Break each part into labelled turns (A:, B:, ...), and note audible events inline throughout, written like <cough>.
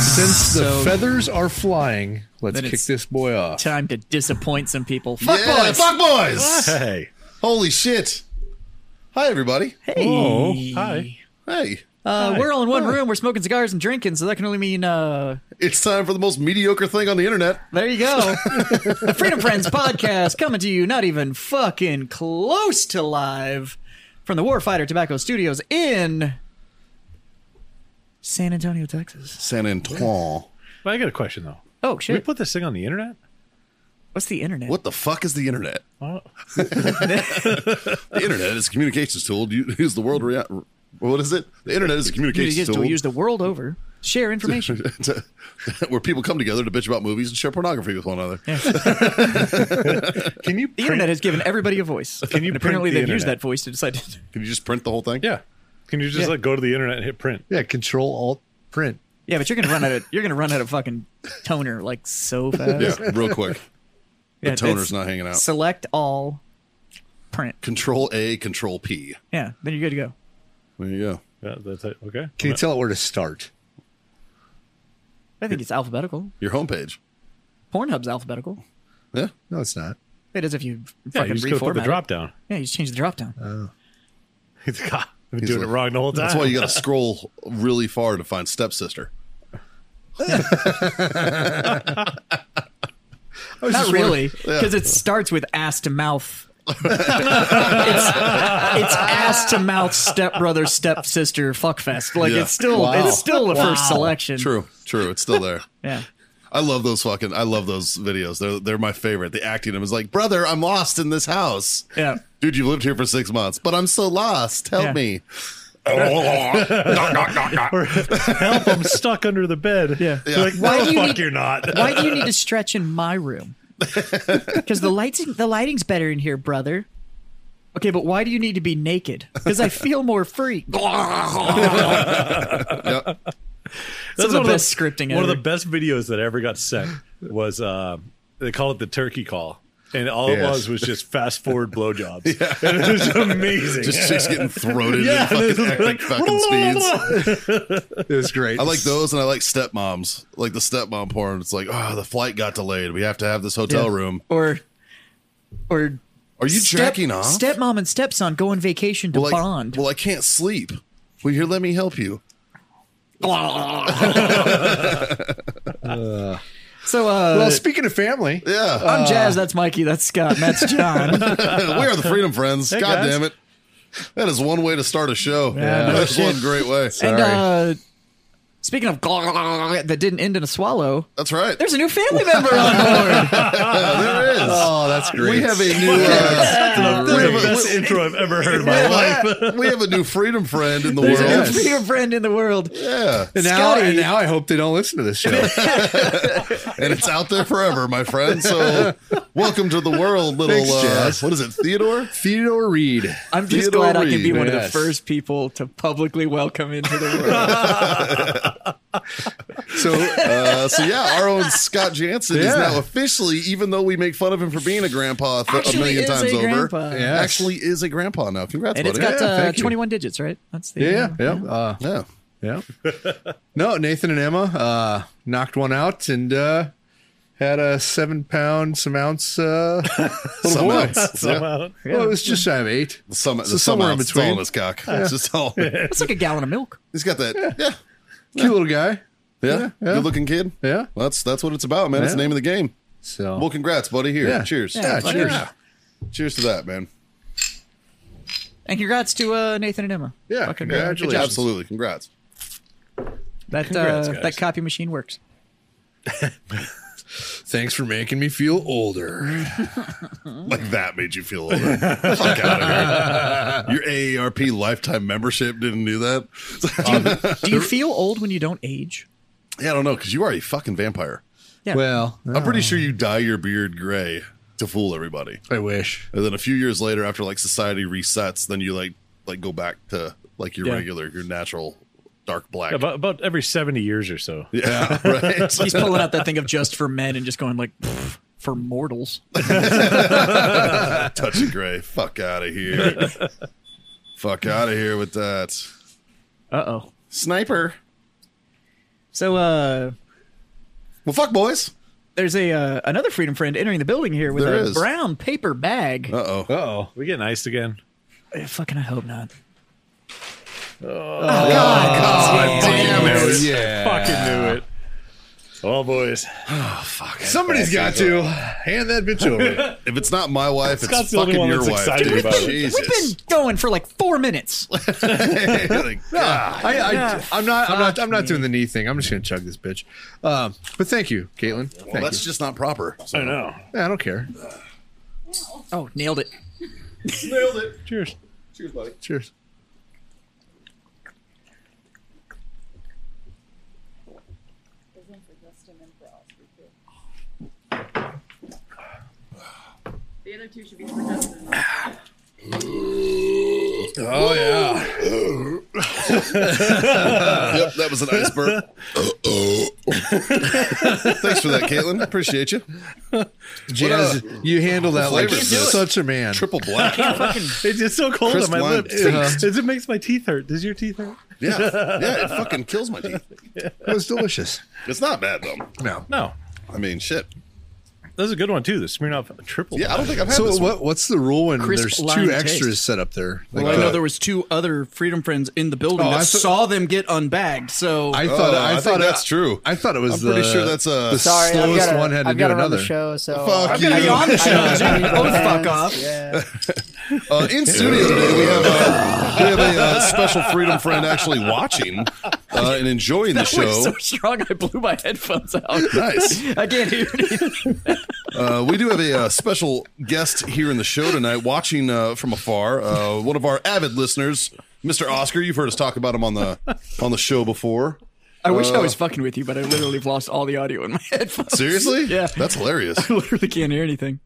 A: Since the
B: So-
A: feathers are flying, let's
B: Then
A: kick
B: it's-
A: this boy off.
B: time to disappoint some people. Fuck
C: yeah,
B: boys.
C: fuck boys!
A: Hey.
C: Holy shit! Hi, everybody.
B: Hey.
A: Oh, hi.
C: Hey,
B: Uh, we're all in one room. We're smoking cigars and drinking, so that can only mean uh,
C: it's time for the most mediocre thing on the internet.
B: there you
A: <laughs>
B: go. the Freedom Friends podcast coming to you, not even fucking close to live from the Warfighter Tobacco Studios in San Antonio, Texas.
C: San Antoine.
D: But I got a question though.
B: Oh
D: Should we
B: shit!
D: put this thing on the internet?
B: What's the internet?
C: What the fuck is the internet?
D: Oh,
C: <laughs> The internet is a communications tool used the world. Rea- what is it? The internet is a
B: Dude, it
C: communications
B: is to
C: tool.
B: use the world over. Share
A: <laughs>
B: information.
C: <laughs> to, where people come together to bitch about movies and share pornography with one another.
D: Can you print,
B: The internet has given everybody a voice.
D: Can you
B: And apparently
D: print the
B: they've used
D: internet?
B: that voice to decide to
C: Can you just print the whole thing?
D: Yeah. Can you just
B: Yeah.
D: like go to the internet and hit print?
A: Yeah, control alt print.
B: Yeah, but you're gonna run out of you're gonna run out of fucking toner
C: <laughs>
B: like so fast.
C: Yeah, real quick. <laughs>
B: Yeah,
C: The toner's
B: it's
C: not hanging out.
B: Select all, print.
C: Control A, Control P.
B: Yeah, then you're good to go.
C: There you go.
D: Yeah, that's it. Okay.
A: Can you tell it where to start?
B: I think it's alphabetical.
C: Your homepage.
B: Pornhub's alphabetical.
C: Yeah.
A: No, it's not.
B: It is if you
D: yeah,
B: fucking
D: you just go
B: reformat
D: put the
B: it.
D: drop down.
B: Yeah, you just change the drop down.
D: <laughs> He's like, "Ah, I've been
C: He's
D: doing
C: like-
D: it wrong the whole time.
C: That's why you
B: Ah.
C: got to scroll really far to find stepsister.
A: I was
B: Not
A: just wondering-
B: really, because it starts with ass
C: <laughs>
B: to mouth. it's, it's ass to mouth stepbrother stepsister fuckfest. Like
C: Yeah.
B: it's still
A: Wow.
B: it's still the first selection.
C: True. True. It's still there.
B: Yeah.
C: I love those fucking. I love those videos. They're they're my favorite. The acting of them is like, brother, I'm lost in this house.
B: Yeah.
C: Dude, you've lived here for six months, but I'm so lost. Help
B: Yeah.
C: me.
D: Or, Help, <laughs> I'm stuck under the bed.
B: Yeah.
D: You're like,
B: Why
D: no,
B: do you
D: fuck
B: need-
D: you're not.
B: Why do you need to stretch in my room? Because the lights, the lighting's better in here, brother. Okay, but why do you need to be naked? Because I feel more <laughs> free.
C: Yep.
B: Some of the best scripting
D: One of
B: ever.
D: the best videos that ever got sent was uh, they call it the turkey call. And all it
A: Yes.
D: was was just fast forward blowjobs. And it was amazing.
C: Just chicks getting
B: <laughs>
C: throated
D: <laughs> Yeah,
C: in fucking
D: they're
C: hectic
D: like,
C: fucking speeds.
A: It was great.
C: I like those, and I like stepmoms, like the stepmom porn. It's like, oh, the flight got delayed. We have to have this hotel room.
B: Or, or
C: Are you
B: step-
C: jacking off?
B: Stepmom and stepson go on vacation to
C: well, I,
B: bond.
C: well, I can't sleep. Well, here, let me help you.
B: so, uh,
A: Well, speaking of family,
C: Yeah,
B: <laughs>
C: <laughs>
B: I'm Jazz. That's Mikey. That's Scott. and <laughs> That's John.
C: we are the Freedom Friends.
D: Hey,
C: God
D: guys.
C: damn it! That is one way to start a show.
B: Yeah, no
C: That's one great way.
B: and
A: Sorry.
B: uh, speaking of <laughs> that didn't end in a swallow,
C: That's right.
B: there's a new family member on board.
C: Yeah, there is.
A: oh, that's great.
C: we have a new.
B: <laughs>
C: Uh,
D: That's
C: we
D: the
C: have a-
D: best intro I've ever heard in my
C: <laughs>
D: life.
C: we have a new freedom friend in the
B: There's a new
C: world.
A: Yes.
B: freedom friend in the world. <laughs>
C: Yeah,
A: and now,
B: Scotty.
A: and now I hope they don't listen to this show.
C: and it's out there forever, my friend. So, welcome to the world, little.
A: Thanks,
C: uh,
A: Jess.
C: what is it, Theodore?
A: Theodore Reed.
B: I'm just
C: Theodore
B: glad I can be
C: Reed,
B: one of the
A: yes.
B: first people to publicly welcome into the world.
C: So, uh, so yeah, our own Scott Jansen is
A: Yeah.
C: now officially, even though we make fun of him for being a grandpa th- a
B: Actually
C: million
B: is
C: times
B: a
C: over,
B: grandpa.
A: Yes.
C: actually is a grandpa now. Congrats,
B: and it's
C: buddy.
B: got
A: Yeah,
B: uh,
A: thank you.
B: 21 digits, right? That's the
A: Yeah,
B: uh,
A: yeah, yeah. Uh,
C: yeah.
A: yeah. no, Nathan and Emma uh, knocked one out and uh, had a seven pound, some ounce uh, little
C: Some
A: boy. <laughs>
C: outs. Yeah.
D: Somehow.
A: Well, it was just shy of eight.
C: The sum, the
A: So
C: sum
A: somewhere in
C: outs, it's all
A: between.
C: in his cock. It's just
A: <laughs>
C: all.
B: That's like a gallon of milk.
C: He's got that. Yeah. Yeah.
A: Cute little guy. yeah.
C: Good looking kid.
A: Yeah.
C: Well, that's that's what it's about, man. It's the
A: Yeah.
C: name of the game.
A: So
C: Well, congrats, buddy. Here.
A: Yeah.
C: Cheers.
A: Yeah,
B: fuck
A: cheers.
B: yeah.
C: Cheers to that, man.
B: And congrats to uh, Nathan and Emma.
A: Yeah,
B: Fucking
A: congratulations.
B: good job.
C: Absolutely. Congrats.
B: That
D: Congrats,
B: uh,
D: guys.
B: that copy machine
A: <laughs>
B: works.
A: Thanks for making me feel older.
C: Like that made you feel older. Fuck out of
D: <laughs>
C: here. Your AARP lifetime membership didn't do that.
B: Do you feel old when you don't age?
C: yeah, I don't know because you are a fucking vampire.
B: Yeah.
A: Well,
C: I'm pretty sure you dye your beard gray to fool everybody.
A: I wish.
C: And then a few years later, after like society resets, then you like like go back to like your
D: Yeah.
C: regular, your natural dark black.
D: About, about every 70 years or so.
C: yeah,
D: <laughs>
C: right.
B: He's pulling out that thing of just for men and just going like "Pfft, for mortals.
C: Touch of gray. Fuck out of here. Fuck out of here with that.
B: Uh oh.
C: Sniper.
B: So uh
C: Well, fuck, boys.
B: there's a uh, another freedom friend entering the building here with
C: There
B: a
C: is.
B: brown paper bag.
C: Uh oh.
D: Oh, we getting iced again?
B: Eh, Fucking I hope not. Oh,
C: Damn it.
A: Oh, yeah.
D: Fucking knew it. Oh, boys.
A: Somebody's got to hand that bitch over.
C: If it's not my wife,
D: Scott's
C: it's
D: the only
C: fucking
D: one
C: your
D: that's
C: wife,
D: excited
C: dude.
D: about it.
B: We've been
C: Jesus.
B: going for like four minutes.
C: <laughs> Like, God.
A: I, I, I'm not. I'm not. I'm not doing the knee thing. I'm just gonna chug this bitch. Um, but thank you, Caitlin. Thank
C: Well, that's
A: you.
C: just not proper. So.
D: I know.
A: Yeah, I don't care.
B: <laughs> Oh, nailed it.
D: Cheers.
A: Cheers.
E: The other two should be for Dustin.
D: Oh, yeah.
C: Yep, that was an <laughs> iceberg. Thanks for that, Caitlin. Appreciate
B: <laughs>
C: you.
A: Jazz, you handle that like
C: flavor is this?
A: such a man.
C: Triple <laughs> black.
D: It's just so cold
C: Crisp
D: on my
C: lime
D: lips.
C: taste.
D: It, it makes my teeth hurt. Does your teeth hurt?
C: Yeah, yeah, it fucking kills my teeth.
A: It was delicious.
C: It's not bad though.
A: No.
D: No.
C: I mean, shit.
D: That's a good one, too. The Smirnoff Triple.
C: Yeah, I don't think I've had
A: So
C: this one.
A: what? What's the rule when
B: Crisp
A: there's
B: lime
A: two extras
B: taste.
A: set up there?
B: Well,
A: Like,
B: I know
A: uh,
B: there was two other freedom friends in the building
A: Oh,
B: that
A: I thought-
B: saw them get unbagged. So
A: I thought.
C: Oh, I
A: I,
C: think
A: thought
C: that's true.
A: I thought it was.
C: I'm pretty
A: the-
C: sure that's, uh,
A: the
F: Sorry, I've
A: slowest
F: gotta,
A: one had to
F: I've
A: do
F: gotta
A: another.
F: Run the show, so
B: uh,
C: Fuck
F: I've
C: you.
F: gotta
C: You're on
B: the
F: I gotta
B: show, dude. <laughs>
F: do
B: Oh,
F: the
B: fuck
F: dance.
B: off.
F: Yeah.
C: Uh, in studio today, we have a, we have a uh, special freedom friend actually watching uh, and enjoying the
B: That was
C: show.
B: so strong, I blew my headphones out.
C: Nice.
B: I can't <laughs> hear anything.
C: Uh, we do have a uh, special guest here in the show tonight, watching uh, from afar. Uh, one of our avid listeners, Mr. Oscar. You've heard us talk about him on the on the show before.
B: I wish I was fucking with you, but I literally have lost all the audio in my <laughs> headphones.
C: Seriously?
B: <laughs> Yeah.
C: That's hilarious.
B: I literally can't hear anything.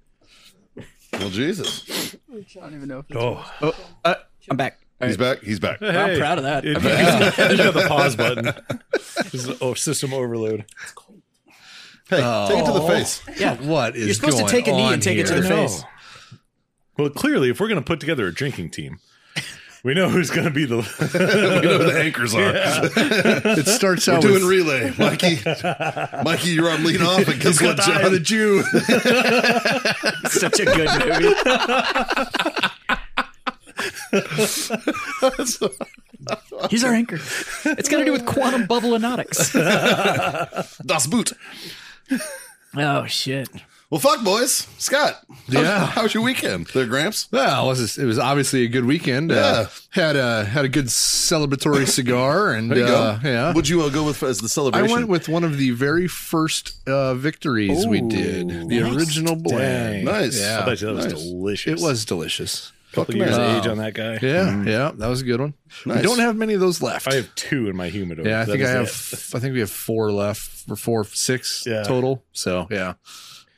C: Well, Jesus.
F: I don't even know. If it's
D: Oh,
B: Uh, I'm back. All
C: He's
B: right.
C: back. He's back.
B: I'm
D: hey.
B: proud of that.
D: It- You got the pause button. This is- oh, system overload.
C: Hey, take it to the face.
B: Yeah.
A: What is
B: You're supposed to
A: going
B: take a knee
A: on
B: and take it to
A: here?
B: the face.
D: Well, clearly, if we're going to put together a drinking team, we know who's going to be the.
C: We know who the anchors are.
B: <laughs>
A: It starts out
C: Doing
A: with
C: relay, Mikey. Mikey, you're on lead off, and guess what,
D: got the eye
C: John?
D: of the
C: Jew.
B: Such a good movie. He's our anchor. It's got to do with quantum bubble <laughs> anotics.
C: <laughs> das Boot.
B: Oh shit!
C: Well, fuck, boys. Scott. how's-
A: Yeah.
C: How's your weekend? There, Gramps.
A: well, it was it was obviously a good weekend. Uh, had a had a good celebratory <laughs> cigar and
C: There you
A: uh,
C: go.
A: yeah.
C: Would you uh, go with as the
A: I
C: celebration?
A: went with one of the very first uh, victories we did. The original blend.
C: Nice.
D: <laughs> I
A: Yeah.
D: bet you that was
C: Nice.
D: delicious.
A: It was delicious.
D: couple years
C: man.
D: age on that guy.
A: Yeah, yeah, that was a good one.
C: Nice.
A: I don't have many of those left.
D: I have two in my humidor.
A: yeah, I
D: That
A: think I
D: is
A: have.
D: it.
A: I think we have four left, or four, six
D: Yeah.
A: total. So yeah,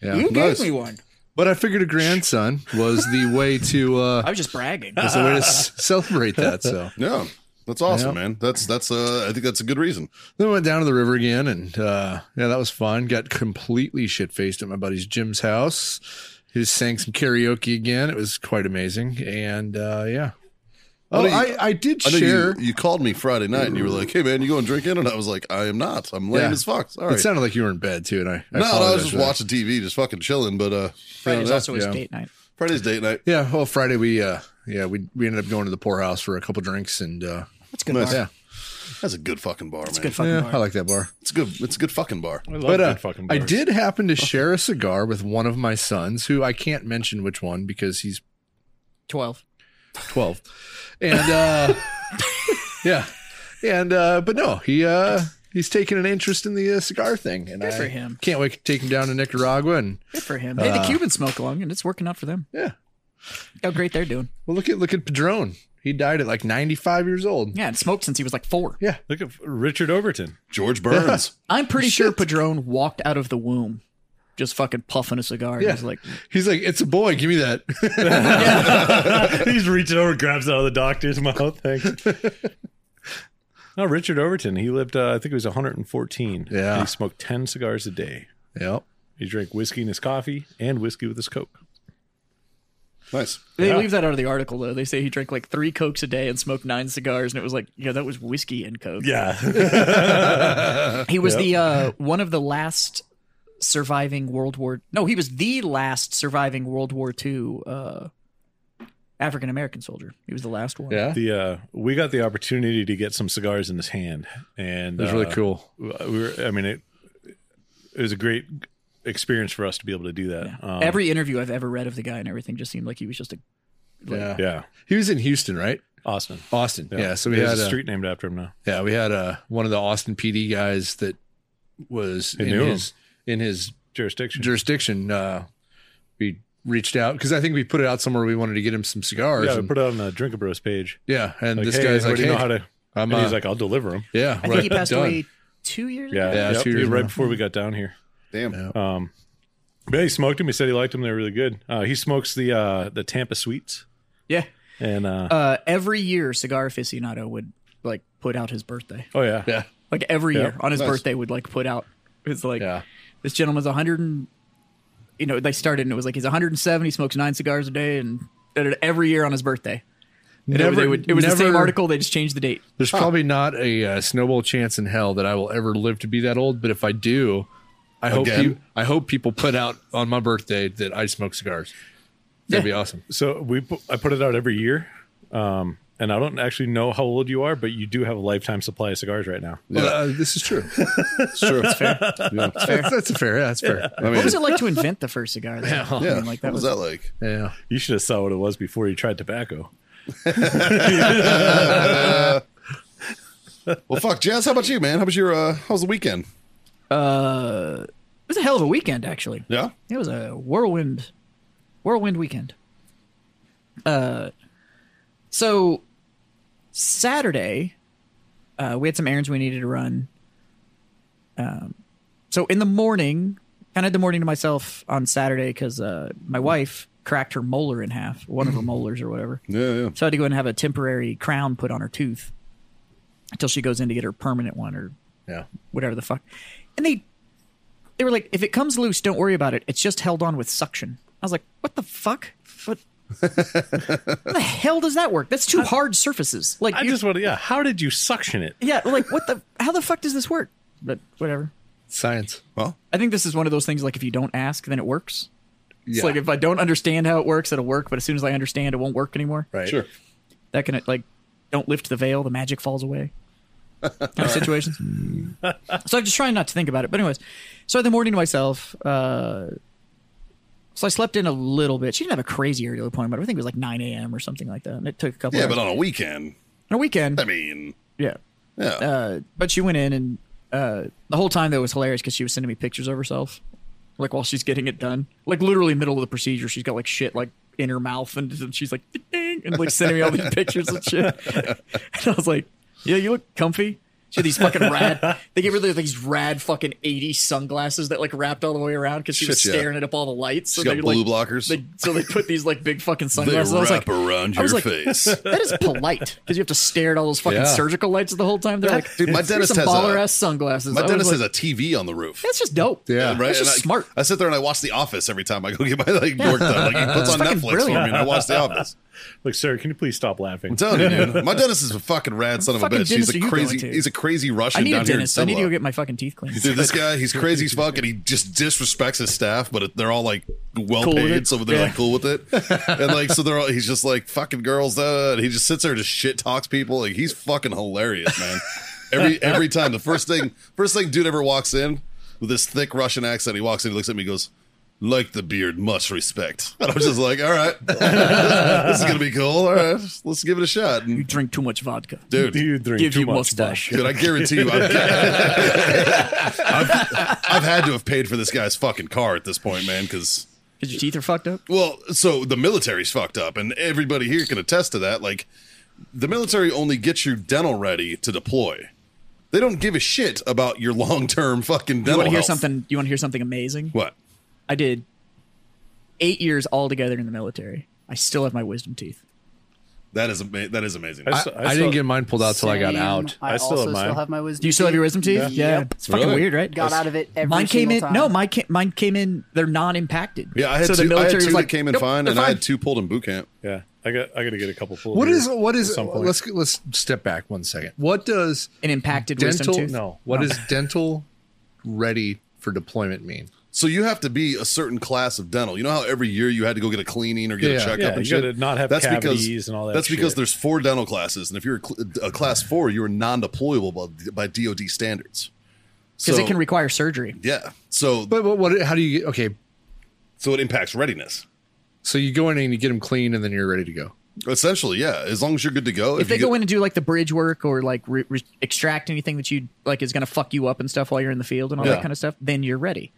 A: yeah.
B: You
C: Nice.
B: gave me one.
A: But I figured a grandson was the way to uh,
B: I was just bragging.
A: was the way to s- celebrate that. So
C: Yeah, that's awesome,
A: Yeah.
C: man. That's that's uh, I think that's a good reason.
A: then we went down to the river again, and uh, yeah, that was fun. Got completely shit faced at my buddy's Jim's house. He sang some karaoke again. It was quite amazing, and uh, yeah. Oh,
C: What are you-
A: I, I did
C: I know
A: share.
C: you, you called me Friday night and you were like, "Hey, man, you going drinking?" And I was like, "I am not. I'm lame
A: Yeah.
C: as fuck." All
A: It
C: right.
A: sounded like you were in bed too, and I, I
C: no, no, I
A: apologize
C: was just
A: for that.
C: watching TV, just fucking chilling. But uh,
B: Friday's
C: yeah,
B: also his
A: yeah.
B: date night.
C: Friday's date night.
A: Yeah, well, Friday we uh yeah we we ended up going to the poorhouse for a couple drinks and uh
B: That's good.
C: Nice.
B: Mark.
A: yeah
C: That's a good fucking bar,
B: That's
C: man.
B: good fucking.
A: yeah
B: Mark.
A: I like that bar.
C: It's a good. It's a good fucking
B: <laughs>
C: bar.
D: I love
A: But
D: good
A: uh,
D: fucking
A: I
D: bars.
A: did happen to share a cigar with one of my sons who I can't mention which one because he's
B: Twelve.
A: twelve, and
B: <laughs>
A: uh yeah, and uh but no he uh he's taking an interest in the uh, cigar thing and
B: Good
A: I
B: for him.
A: can't wait to take him down to Nicaragua and
B: Good for him. Hey, the Cubans smoke along, and it's working out for them.
A: yeah
B: Look How Oh, great they're doing.
A: well look at look at Padron he died at like ninety five years old
B: Yeah, and smoked since he was like four.
A: yeah
D: Look
A: <laughs>
D: at Richard Overton.
B: <laughs>
C: George Burns.
B: I'm pretty sure Padron walked out of the womb. just fucking puffing a cigar. And
A: Yeah.
B: he's like,
A: He's like, it's a boy. Give me that. <laughs>
D: He's reaching over, grabs it out of the doctor's mouth.
A: <laughs>
D: Thanks. No, Richard Overton. He lived, uh, I think it was 114.
A: Yeah.
D: He smoked 10 cigars a day.
A: yep.
D: He drank whiskey in his coffee and whiskey with his Coke.
C: Nice.
B: they
D: Yeah.
B: leave that out of the article though. They say he drank like three cokes a day and smoked nine cigars, and it was like, yeah, that was whiskey and coke.
D: Yeah.
B: He was the uh, one of the last surviving World War. No, he was the last surviving World War II uh, African American soldier. He was the last one.
A: Yeah.
D: the uh, We got the opportunity to get some cigars in his hand. And
A: It was really
D: uh,
A: cool.
D: we were, I mean, it, it was a great experience for us to be able to do that. Um,
B: Every interview I've ever read of the guy and everything just seemed like he was just a
A: Yeah.
D: Yeah.
A: He was in Houston, right?
D: Austin.
A: Austin. Yeah. so we
D: There's
A: had
D: a
A: a
D: street named after him now.
A: yeah, we had uh one of the Austin PD guys that was
D: They
A: in
D: knew him.
A: his in his
D: Jurisdiction.
A: jurisdiction. Uh, we reached out because I think we put it out somewhere. We wanted to get him some cigars.
D: yeah, we
A: and-
D: put it on the Drinker Bros page.
A: yeah, and
D: Like,
A: this
D: hey,
A: guy's like,
D: anybody know
A: "Hey,
D: how to.
A: I'm,
D: and he's
A: uh,
D: like, I'll deliver them.
A: yeah,
B: I
A: right,
B: think he passed
A: done.
B: away two years
D: Yeah,
B: ago.
A: Yeah,
D: yep,
A: two years
D: right
A: ago.
D: before we got down here.
C: Damn.
D: Um, but yeah, he smoked them. He said he liked them. They're really good. Uh, he smokes the uh, the Tampa Sweets,
B: Yeah.
D: and uh,
B: Uh, every year, Cigar Aficionado would like put out his birthday.
D: oh yeah,
A: Yeah,
B: Like every
D: Yeah.
B: year on his
C: Nice.
B: birthday would like put out his like
A: yeah,
B: this gentleman's 100 and you know they started and it was like he's 107 he smokes nine cigars a day and and every year on his birthday And it,
A: Never-
B: they would, it was the same
A: never-
B: article they just changed the date
A: There's probably not a uh, snowball chance in hell that I will ever live to be that old, but if I do, I hope
C: Again?
A: you, I hope people put out on my birthday that I smoke cigars. That'd be awesome.
D: So we pu- I put it out every year, um, and I don't actually know how old you are, but you do have a lifetime supply of cigars right now.
A: Well, uh, this is true.
C: It's true. It's fair. Yeah.
A: that's, <laughs> that's a fair. Yeah, that's fair.
C: I mean,
B: what was it like to invent the first cigar though? I mean,
C: Yeah.
B: like
C: what
B: that
C: was
B: was,
C: that like?
A: Yeah.
D: You should have saw what it was before you tried tobacco.
C: Well, fuck, Jazz. How about you, man? How was your? Uh, how was the weekend?
B: it was a hell of a weekend actually
C: Yeah.
B: it was a whirlwind whirlwind weekend uh so saturday uh we had some errands we needed to run um so in the morning kind of the morning to myself on saturday because uh my wife cracked her molar in half one of her molars or whatever
C: Yeah. Yeah.
B: so I had to go and have a temporary crown put on her tooth until she goes in to get her permanent one or
A: Yeah.
B: whatever the fuck. And they they were like, if it comes loose, don't worry about it. It's just held on with suction. I was like, what the fuck? What? How the hell does that work? That's two hard surfaces. Like,
D: I
B: you-
D: just want to. Yeah, how did you suction it?
B: yeah, like what the? How the fuck does this work? But whatever.
A: Science.
C: Well,
B: I think this is one of those things. Like, if you don't ask, then it works. It's like if I don't understand how it works, it'll work. But as soon as I understand, it won't work anymore.
A: Right.
C: sure.
B: That can like, don't lift the veil, the magic falls
C: <laughs>
B: away. Kind of situations. so I'm just trying not to think about it. But anyways, so I had the morning to myself. Uh, so I slept in a little bit. She didn't have a crazy early appointment. I think it was like 9 a.m. or something like that. And it took a couple.
C: Yeah,
B: hours.
C: but on a weekend,
B: on a weekend.
C: I mean,
B: yeah.
C: yeah.
B: Uh, but she went in and uh, the whole time though it was hilarious because she was sending me pictures of herself, like while she's getting it done, like literally middle of the procedure, she's got like shit like in her mouth and, and she's like "Ding," and like sending me all these <laughs> pictures and shit. And I was like, yeah, you look comfy. She had these fucking rad. They gave her like, these rad fucking 80s sunglasses that like wrapped all the way around because she was
C: Shit, yeah.
B: staring it up all the lights. So
C: She's got
B: they,
C: blue
B: like,
C: blockers.
B: They, so they put these like big fucking
C: they
B: sunglasses.
C: wrap
B: on. I was like,
C: around your
B: I was like, <laughs>
C: face.
B: that is polite because you have to stare at all those fucking
A: Yeah.
B: surgical lights the whole time. They're like,
C: Dude, my
B: "Here's
C: dentist
B: some
C: has a-
B: baller ass sunglasses.
C: My
B: I was
C: dentist
B: like,
C: has a TV on the roof.
B: That's just dope.
A: Yeah.
C: right?
B: That's just
C: And I,
B: smart.
C: I sit there and I watch The Office every time I go get my like work done. Like he puts on
B: fucking
C: Netflix for
B: brilliant.
C: me, and I watch The Office.
D: Like, sir, can you please stop laughing?
C: I'm telling you, dude. My dentist is a fucking rad son of a
B: fucking
C: bitch.
B: dentist
C: He's
B: are
C: a
B: you
C: crazy.
B: going to?
C: He's a crazy
B: I
C: Russian
B: need a
C: down here in
B: dentist. I need to go
C: Simla.
B: get my fucking teeth cleaned.
C: Dude, this guy, he's crazy as fuck, and he just disrespects his staff. But they're all like well
B: Cool with
C: paid,
B: it?
C: so they're like
B: Yeah.
C: cool with
B: <laughs>
C: it. And like, so they're all. He's just like fucking girls. Uh, and he just sits there and just shit talks people. Like he's fucking hilarious, man. Every every time, the first thing, first thing, dude ever walks in with this thick Russian accent. He walks in, he looks at me, he goes. Like the beard, much respect. And I was just like, all right, <laughs> this is gonna be cool. All right, let's give it a shot.
B: You
C: And,
B: drink too much vodka.
C: dude,
D: Do you drink
B: Give
D: too
B: you
D: much
B: mustache.
C: Dude, I guarantee you, I've, I've, I've had to have paid for this guy's fucking car at this point, man. Because
B: Because your teeth are fucked up.
C: well, so the military's fucked up, and everybody here can attest to that. Like, the military only gets you dental ready to deploy. They don't give a shit about your long term fucking
B: You
C: dental.
B: want to hear
C: health.
B: something? You want to hear something amazing?
C: What?
B: I did eight years altogether in the military. I still have my wisdom teeth.
C: That is ama- that is amazing.
D: I
A: I,
D: s- I
A: I
D: saw-
A: didn't get mine pulled out till I got
F: Same.
A: out.
F: I,
D: I still
F: still,
D: have
F: also
D: mine.
F: still have my wisdom.
B: Do you still have your wisdom teeth? Yeah,
F: Yep.
B: it's fucking
C: Really?
B: weird, right?
F: Got out of it every
B: mine came in.
F: single time.
B: No, mine came, mine came in. They're non-impacted.
C: yeah, I had
B: so
C: two.
B: The
C: I had
B: military
C: two
B: was
C: that
B: like,
C: came in
B: "Nope,
C: fine,
B: they're
C: and I had two pulled in boot camp.
D: Yeah, I got I got to get a couple full.
A: What
D: here
A: is what
D: at
A: is
D: some point.
A: let's let's step back one second. What does
B: An impacted
A: dental
B: wisdom tooth.
A: no What is dental ready for deployment mean?
C: So you have to be a certain class of dental. You know how every year you had to go get a cleaning or get
A: Yeah.
C: a checkup
D: Yeah,
C: and
D: you
C: shit.
D: gotta not have cavities and all that
C: That's because
D: shit.
C: there's four dental classes, and if you're a, cl- a class four, you're non-deployable by, by DoD standards.
B: Because
C: So-
B: it can require surgery.
C: yeah. So
A: But, but what? How do you get? Okay,
C: so it impacts readiness.
A: so you go in and you get them clean, and then you're ready to go.
C: Essentially, yeah. As long as you're good to go.
B: If they
C: you
B: go
C: get-
B: in and do like the bridge work or like re- re- extract anything that you like is going to fuck you up and stuff while you're in the field and all
C: Yeah.
B: that kind of stuff, then you're ready.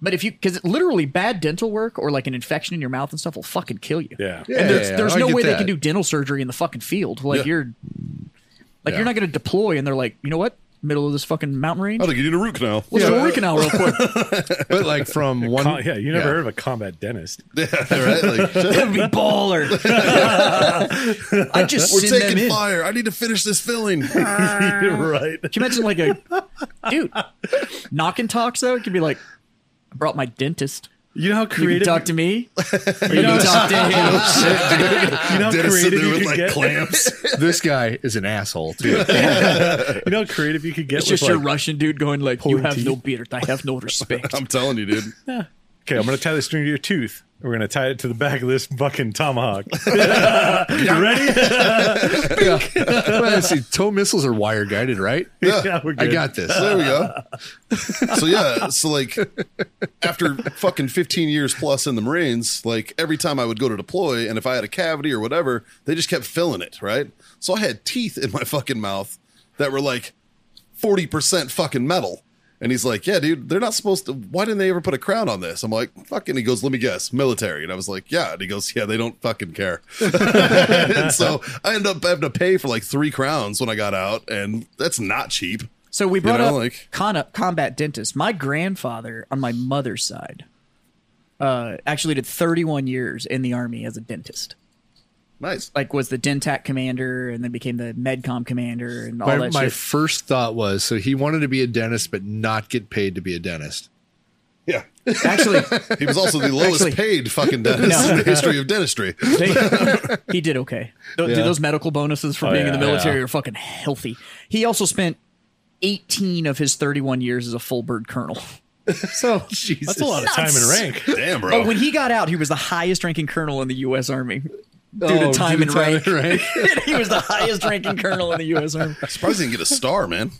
B: But if you, because literally bad dental work or like an infection in your mouth and stuff will fucking kill you.
D: yeah.
A: Yeah.
B: and there's, there's
A: I
B: no
A: get
B: way they
A: that.
B: can do dental surgery in the fucking field. Like
C: Yeah.
B: you're, like
A: Yeah.
B: you're not going to deploy, and they're like, you know what, middle of this fucking mountain range,
C: I think you need a root canal.
B: let's
A: Yeah.
B: do a root canal real
A: <laughs>
B: quick.
A: But like from one,
D: Con- Oh, yeah, you never heard of a combat dentist.
C: Yeah, right? Like,
B: That'd be baller. <laughs> I just
C: we're
B: send them
C: taking
B: in.
C: fire. I need to finish this filling.
D: right.
B: Can you imagine like a dude knock and talks though? It could be like, I brought my dentist.
D: You know how
B: You can
D: creative
B: talk to me. Or you can talk to
C: <laughs>
B: him.
D: you know how
C: Dennis sitting there
D: creative you
C: with
D: could
C: like
D: get.
C: clamps.
A: <laughs> this guy is an asshole too. <laughs>
D: You know how creative you could get.
B: It's
D: with
B: just your
D: like,
B: Russian dude going like, "You have
D: teeth.
B: no beard. I have no respect."
C: I'm telling you, dude.
D: Okay, I'm gonna tie this string to your tooth. We're gonna tie it to the back of this fucking tomahawk. <laughs> you ready?
A: yeah. Well, let's see, tow missiles are wire guided, right?
D: Yeah, we're
A: I
D: good.
C: <laughs>
A: got this.
C: There we go. So yeah, so like after fucking 15 years plus in the Marines, like every time I would go to deploy and if I had a cavity or whatever, they just kept filling it, right? So I had teeth in my fucking mouth that were like 40% fucking metal. And he's like, "Yeah, dude, they're not supposed to. Why didn't they ever put a crown on this?" I'm like, "Fucking." He goes, "Let me guess, military." And I was like, "Yeah." And he goes, "Yeah, they don't fucking care." <laughs> and so I ended up having to pay for like three crowns when I got out, and that's not cheap.
B: So we brought
C: know,
B: up
C: like-
B: con- combat dentist. My grandfather on my mother's side uh, actually did 31 years in the army as a dentist.
C: Nice.
B: Like was the dentat commander and then became the medcom commander and all
A: My,
B: that
A: my
B: shit.
A: first thought was so he wanted to be a dentist, but not get paid to be a dentist.
C: Yeah.
B: actually,
C: He was also
B: <laughs>
C: the lowest
B: Actually-
C: paid fucking dentist
B: <laughs> No.
C: in the history of dentistry.
B: they, he did okay. Th-
A: Yeah.
B: Dude, those medical bonuses for
D: Oh,
B: being in
D: yeah,
B: the military are fucking healthy. He also spent 18 of his 31 years as a full bird colonel. So
A: Jesus.
D: That's a lot of time and
C: <laughs>
B: Nuts.
D: rank.
C: Damn, bro.
B: Oh, when he got out, he was the highest ranking colonel in the U.S. Army. Due
A: Oh,
B: to time
A: due
B: and
A: to time
B: rank.
A: and rank.
B: <laughs> he was the highest ranking colonel in the U.S. Army.
C: Surprised he didn't get a star, man.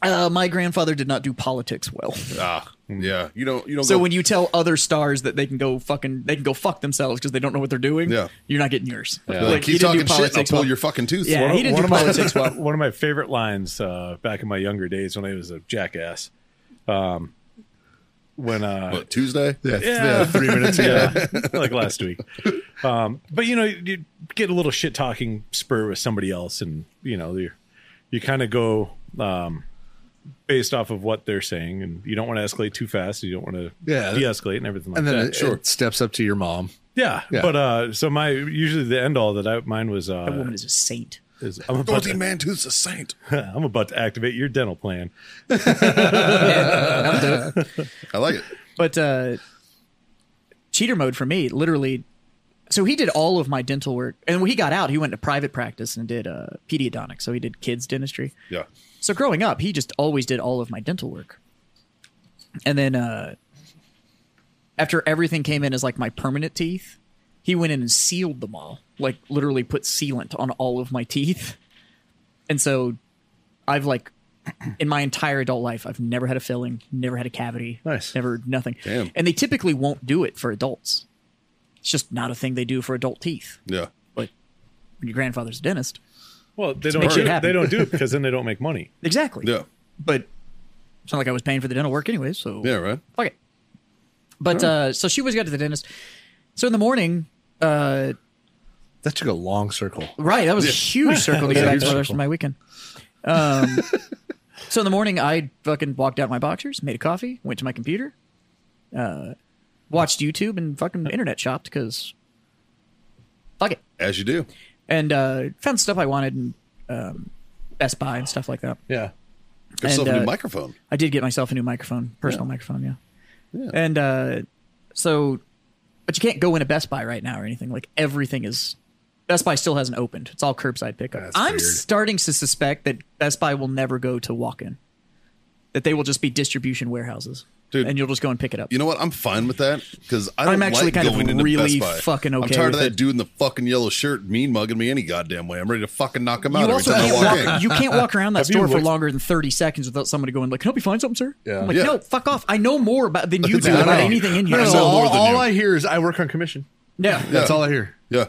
B: Uh, my grandfather did not do politics well.
C: Ah, yeah. You don't. You don't.
B: So
C: go,
B: when you tell other stars that they can go fucking, they can go fuck themselves because they don't know what they're doing.
C: Yeah.
B: you're not getting yours.
C: like,
B: he
C: keep
B: didn't
C: talking
B: do
C: shit, and I'll
B: politics
C: pull
B: well.
C: your fucking tooth.
B: Yeah,
C: What-
B: he didn't
D: one
B: do
D: of my- <laughs>
B: politics well.
D: one of my favorite lines uh, back in my younger days when I was a jackass. Um, when uh,
C: what, Tuesday.
A: Yeah, th-
C: <laughs>
D: Yeah.
A: yeah, Uh, three minutes ago.
D: yeah, <laughs> like last week. Um, but you know, you get a little shit talking spur with somebody else, and you know, you you kind of go um, based off of what they're saying, and you don't want to escalate too fast. You don't want to
A: Yeah.
D: de-escalate and everything like
A: And then
D: that.
A: it, it steps up to your mom.
D: yeah,
A: yeah.
D: But uh, so my usually the end all that I mine was uh,
B: That woman is a saint.
D: is I'm about,
C: Dorothy
D: to,
C: Mantooth's a saint.
D: <laughs> I'm about to activate your dental plan.
C: I like it.
B: But uh, cheater mode for me, literally. So he did all of my dental work, and when he got out, he went to private practice and did uh, pediodontics. So he did kids dentistry.
C: Yeah.
B: So growing up, he just always did all of my dental work. And then uh after everything came in as like my permanent teeth, he went in and sealed them all. Like literally put sealant on all of my teeth. <laughs> And so I've like <clears throat> in my entire adult life, I've never had a filling, never had a cavity,
A: Nice.
B: never nothing.
C: Damn.
B: And they typically won't do it for adults. It's just not a thing they do for adult teeth.
C: Yeah.
B: But when your grandfather's a dentist,
D: Well, they
B: make
D: don't
B: shit
D: do,
B: happen.
D: they don't do
B: <laughs>
D: it because then they don't make money.
B: exactly.
C: Yeah.
B: But it's not like I was paying for the dental work anyway, so
C: Yeah. Right.
B: fuck it. But uh, so she was got to the dentist. So in the morning, uh,
A: That took a long circle.
B: right, that was a huge circle <laughs> to get back
A: huge
B: to the rest of my weekend. Um, so in the morning, I fucking walked out in my boxers, made a coffee, went to my computer, uh, watched YouTube and fucking internet shopped because fuck it.
C: As you do.
B: And uh, found stuff I wanted in um, Best Buy and stuff like that.
A: Yeah.
C: Get yourself
B: And,
C: a new
B: uh,
C: microphone.
B: I did get myself a new microphone, personal microphone, yeah. And uh, so, but you can't go into Best Buy right now or anything. Like everything is, Best Buy still hasn't opened. It's all curbside pickup.
A: That's
B: I'm
A: weird.
B: starting to suspect that Best Buy will never go to walk in, that they will just be distribution warehouses.
C: Dude.
B: and you'll just go and pick it up.
C: You know what? I'm fine with that because I don't
B: I'm actually
C: like
B: kind of
C: going into
B: really
C: Best Buy.
B: fucking
C: I'm
B: okay
C: tired
B: with
C: of that
B: it.
C: dude in the fucking yellow shirt mean mugging me any goddamn way. I'm ready to fucking knock him out
B: You
C: every
B: also
C: time I
B: can't
C: walk in.
B: walk, you can't walk around that
D: Have you
B: store for
D: looked-
B: longer than 30 seconds without somebody going like, "Can I help you find something, sir?"
A: Yeah.
B: I'm like,
C: Yeah.
B: no, fuck off. I know more about than you do
C: I
B: about
C: know.
B: anything in
C: I
B: here.
C: know.
A: So
C: sell more
A: all,
C: than
B: <laughs>
A: all
C: you.
A: I hear is I work on commission.
B: No.
A: That's all I hear.
C: yeah.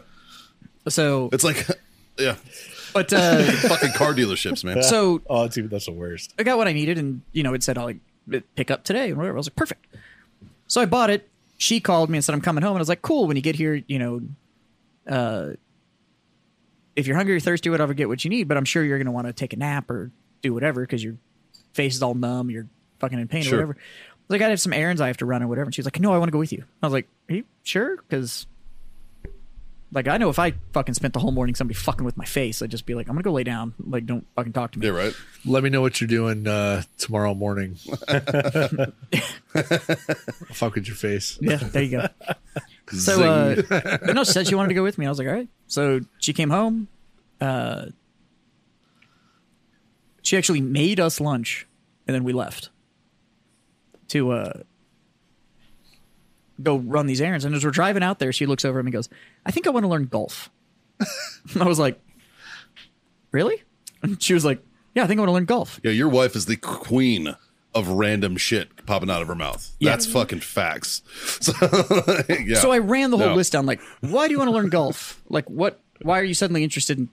B: So,
C: It's like, <laughs> yeah, <laughs>
B: but uh,
C: fucking car dealerships, man.
B: so
D: Oh, it's even, that's the worst.
B: I got what I needed, and you know, it said I'll like pick up today and whatever. I was like, perfect. So I bought it. She called me and said I'm coming home, and I was like, cool. When you get here, you know, uh, if you're hungry or thirsty, whatever, get what you need. But I'm sure you're gonna want to take a nap or do whatever because your face is all numb, you're fucking in pain
C: Sure.
B: or whatever. I was like, I have some errands I have to run or whatever. And she's like, no, I want to go with you. I was like, are you sure? Because like I know if I fucking spent the whole morning somebody fucking with my face, I'd just be like, I'm gonna go lay down. Like, don't fucking talk to me.
C: yeah, right.
A: Let me know what you're doing uh,
C: <laughs>
A: tomorrow morning. I'll fuck with your face.
B: Yeah, there you go. So, uh, but no, she said she wanted to go with me. and I was like, all right. So she came home. Uh, she actually made us lunch, and then we left to uh, go run these errands. And as we're driving out there, she looks over at me and goes, "I think I want to learn golf." <laughs> And I was like, "Really?" And she was like, "Yeah, I think I want to learn golf."
C: Yeah, your wife is the queen of random shit popping out of her mouth. That's fucking facts. <laughs> So, yeah.
B: So I ran the whole
C: No.
B: list down. Like, why do you want to
C: <laughs>
B: learn golf? Like, what? Why are you suddenly interested in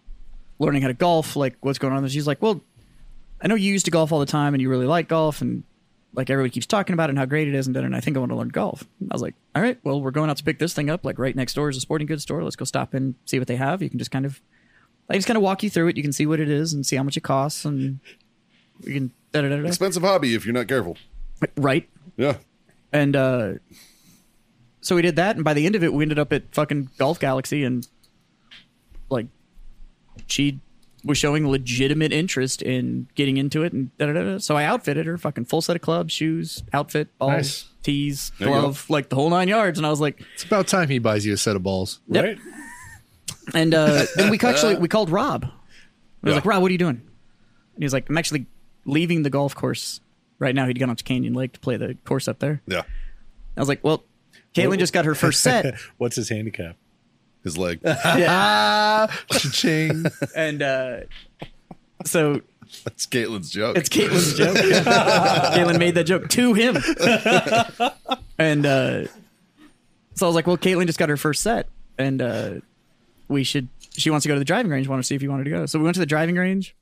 B: learning how to golf? Like, what's going on? And she's like, well, I know you used to golf all the time, and you really like golf, and like everybody keeps talking about it and how great it is, and da- da- da, and I think I want to learn golf. I was like, all right, well, we're going out to pick this thing up. Like right next door is a sporting goods store. Let's go stop in, see what they have. You can just kind of, I just kind of walk you through it. You can see what it is and see how much it costs, and we can da da da da.
C: expensive hobby if you're not careful.
B: Right.
C: Yeah.
B: And uh, so we did that, and by the end of it, we ended up at fucking Golf Galaxy, and like she was showing legitimate interest in getting into it, and da da da. So I outfitted her, fucking full set of clubs, shoes, outfit, balls,
A: Nice.
B: tees,
C: you go.
B: glove, like the whole nine yards. And I was like,
A: It's about time he buys you a set of balls.
B: Yep.
D: Right?
B: and uh, then we actually we called Rob. I was
C: Yeah.
B: like, Rob, what are you doing? And he was like, I'm actually leaving the golf course right now. He'd gone up to Canyon Lake to play the course up there.
C: Yeah.
B: I was like, well. Caitlin just got her first
C: <laughs>
B: set.
D: What's his handicap?
C: His
B: <laughs>
C: leg.
A: Cha-ching.
B: And uh, so
C: That's Caitlin's joke.
B: it's Caitlin's joke. Caitlin made that joke to him. and uh, so I was like, well, Caitlin just got her first set. And uh, we should, she wants to go to the driving range. Want to see if you wanted to go. So we went to the driving range.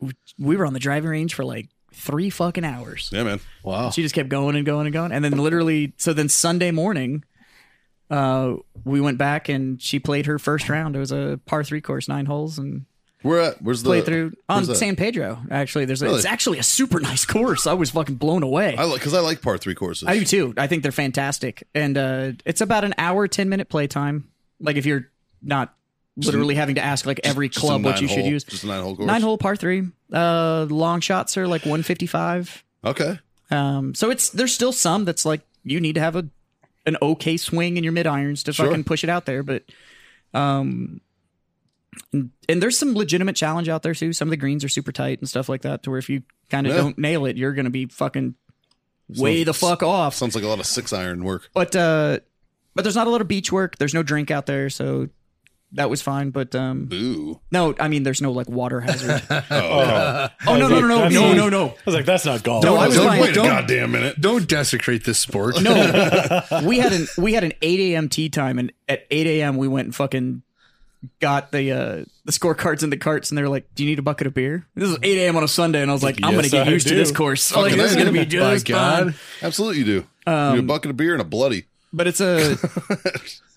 B: We- We were on the driving range for like three fucking hours.
C: yeah, man.
A: Wow.
B: She just kept going and going and going. And then literally, so then Sunday morning, uh, we went back and she played her first round. It was a par three course, nine holes. And
C: Where at? Where's the
B: played through on
C: where's that?
B: San Pedro. Actually, there's a,
C: Really?
B: it's actually a super <laughs> nice course. I was fucking blown away.
C: I
B: I,
C: like because I like par three courses.
B: do too. I think they're fantastic, and uh, it's about an hour, ten minute play time. Like if you're not literally having to ask like every
C: Just a
B: club what you should
C: nine-hole-
B: use.
C: Just a nine hole course.
B: Nine hole par three. Uh, long shots are like 155.
C: Okay.
B: Um, so it's there's still some that's like you need to have a an okay swing in your mid irons to
C: Sure.
B: fucking push it out there, but um, and, and there's some legitimate challenge out there too. Some of the greens are super tight and stuff like that, to where if you kind of
C: Yeah.
B: don't nail it, you're gonna be fucking way the fuck off.
C: Sounds like a lot of six iron work.
B: But uh, but there's not a lot of beach work. There's no drink out there, so that was fine. But um,
C: Boo.
B: no, I mean there's no like water hazard.
C: <laughs> Oh, okay.
B: oh no no no no
D: That's
B: no
D: not-
B: no no.
D: I was like, that's not golf.
B: No, I was
C: Don't
B: fine.
C: wait a
B: Don't-
C: goddamn minute.
A: Don't desecrate this sport. <laughs>
B: No, we had an we had an eight a.m. tea time, and at eight a.m. we went and fucking got the uh, the scorecards in the carts, and they were like, "Do you need a bucket of beer?" This is eight a.m. on a Sunday, and I was like, "I'm
D: Yes,
B: gonna get
D: I
B: used to
D: do.
B: this course. Like,
C: Fucking
B: this is
C: A.
D: <laughs>
B: gonna be
A: By
B: just fun."
A: God.
C: Absolutely, you do. you
B: Um,
C: need a bucket of beer and a bloody.
B: But
D: <laughs>
B: it's a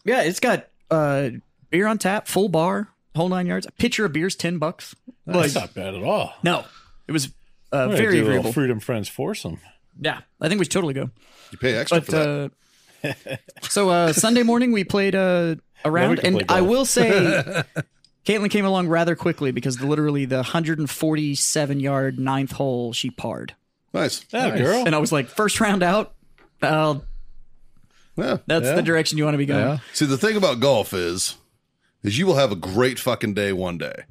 B: yeah, it's got uh, beer on tap, full bar, whole nine yards. A pitcher of beer's ten bucks. Like
D: That's not bad at all.
B: no, it was uh,
D: I'm gonna
B: very
D: do a little
B: agreeable.
D: Fruit and Friends foursome.
B: Yeah, I think we should totally go.
C: You pay extra
B: But
C: for that.
B: uh,
C: <laughs>
B: so uh, Sunday morning we played uh, a round,
D: can
B: and
D: play golf.
B: I will
C: <laughs>
B: say, Caitlin came along rather quickly because literally the 147 yard ninth hole she parred,
C: nice.
D: That girl.
B: and I was like, first round out. Oh,
C: Yeah.
B: that's
A: Yeah.
B: the direction you want to be going.
A: Yeah.
C: See, the thing about golf is, is you will have a great fucking day one day,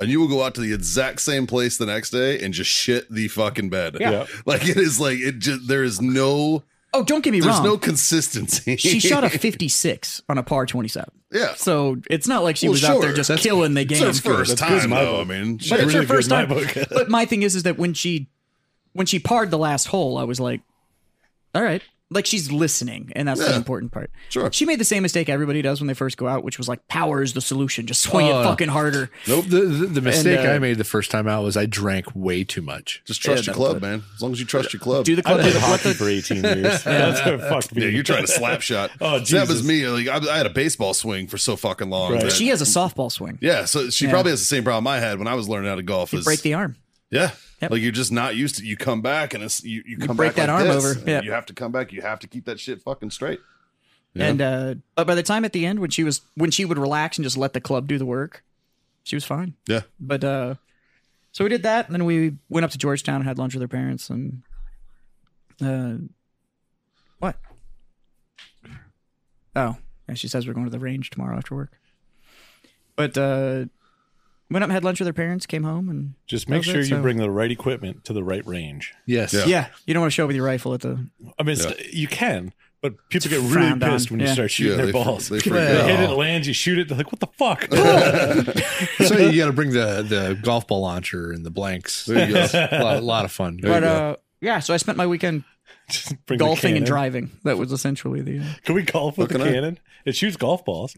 C: and you will go out to the exact same place the next day and just shit the fucking bed.
D: Yeah.
C: Like it is like it just there is no
B: Oh, don't get me
C: there's
B: wrong.
C: no consistency. <laughs>
B: she shot a 56 on a par 27.
C: yeah.
B: So it's not like she
C: Well,
B: was out there
C: sure.
B: just
C: That's-
B: killing the
C: It's
B: game.
C: her first
D: That's good as
C: time
D: my
C: though. I
D: book.
C: mean, shit.
B: But it's
D: Really
B: her first
D: good in
B: time.
D: my book.
B: but my thing is, is that when she when she parred the last hole, I was like, all right. Like she's listening, and that's the
C: Yeah.
B: important part.
C: Sure.
B: She made the same mistake everybody does when they first go out, which was like power is the solution. Just swing
A: Oh.
B: it fucking harder.
C: Nope.
A: The, the, the mistake
B: uh,
A: I made the first time out was I drank way too much.
C: Just trust your
B: Yeah,
C: club, man. As long as you trust your club.
B: Do the
D: I
B: club.
D: played
B: let
D: hockey
B: the-
D: for <laughs> 18 years. That's what fucked me.
C: yeah, you're
B: <laughs>
C: trying to slap shot.
D: Oh,
C: So that was
D: Jesus.
C: me. Like I, I had a baseball swing for so fucking long.
D: Right.
C: that-
B: she has a softball swing.
C: yeah, so she probably has the same problem I had when I was learning how to golf. Is
B: Break the arm.
C: Yeah.
B: Yep.
C: Like you're just not used to. You come back and it's you. You come
B: break
C: back
B: that
C: like
B: arm
C: this,
B: over.
C: and
B: Yeah.
C: You have to come back. You have to keep that shit fucking straight.
B: And uh, but by the time at the end when she was when she would relax and just let the club do the work, she was fine.
C: Yeah.
B: But uh so we did that and then we went up to Georgetown and had lunch with her parents and uh what? Oh, and she says we're going to the range tomorrow after work. But uh went up and had lunch with her parents, came home and
D: Just make
B: Does it?
D: sure you
B: Oh, So-
D: bring the right equipment to the right range.
A: Yes.
C: Yeah.
B: yeah, you don't want to show up with your rifle at the
D: I mean, it's, you can, but people get really
B: frowned on.
D: pissed when you
B: Yeah.
D: start shooting their
C: they,
D: balls.
C: They
D: They,
C: freak
A: Well.
C: out.
D: hit it, it lands, you shoot it. They're like, "What the
C: <laughs>
D: fuck?"
A: so you got to bring the the golf ball launcher and the blanks.
C: There you go.
A: a <laughs> lot, lot of fun.
B: But uh yeah, so I spent my weekend
D: Just bring the
B: golfing
D: cannon.
B: and driving. That was essentially the uh,
D: Can we golf with the
C: Fucking hell.
D: cannon? It shoots golf balls.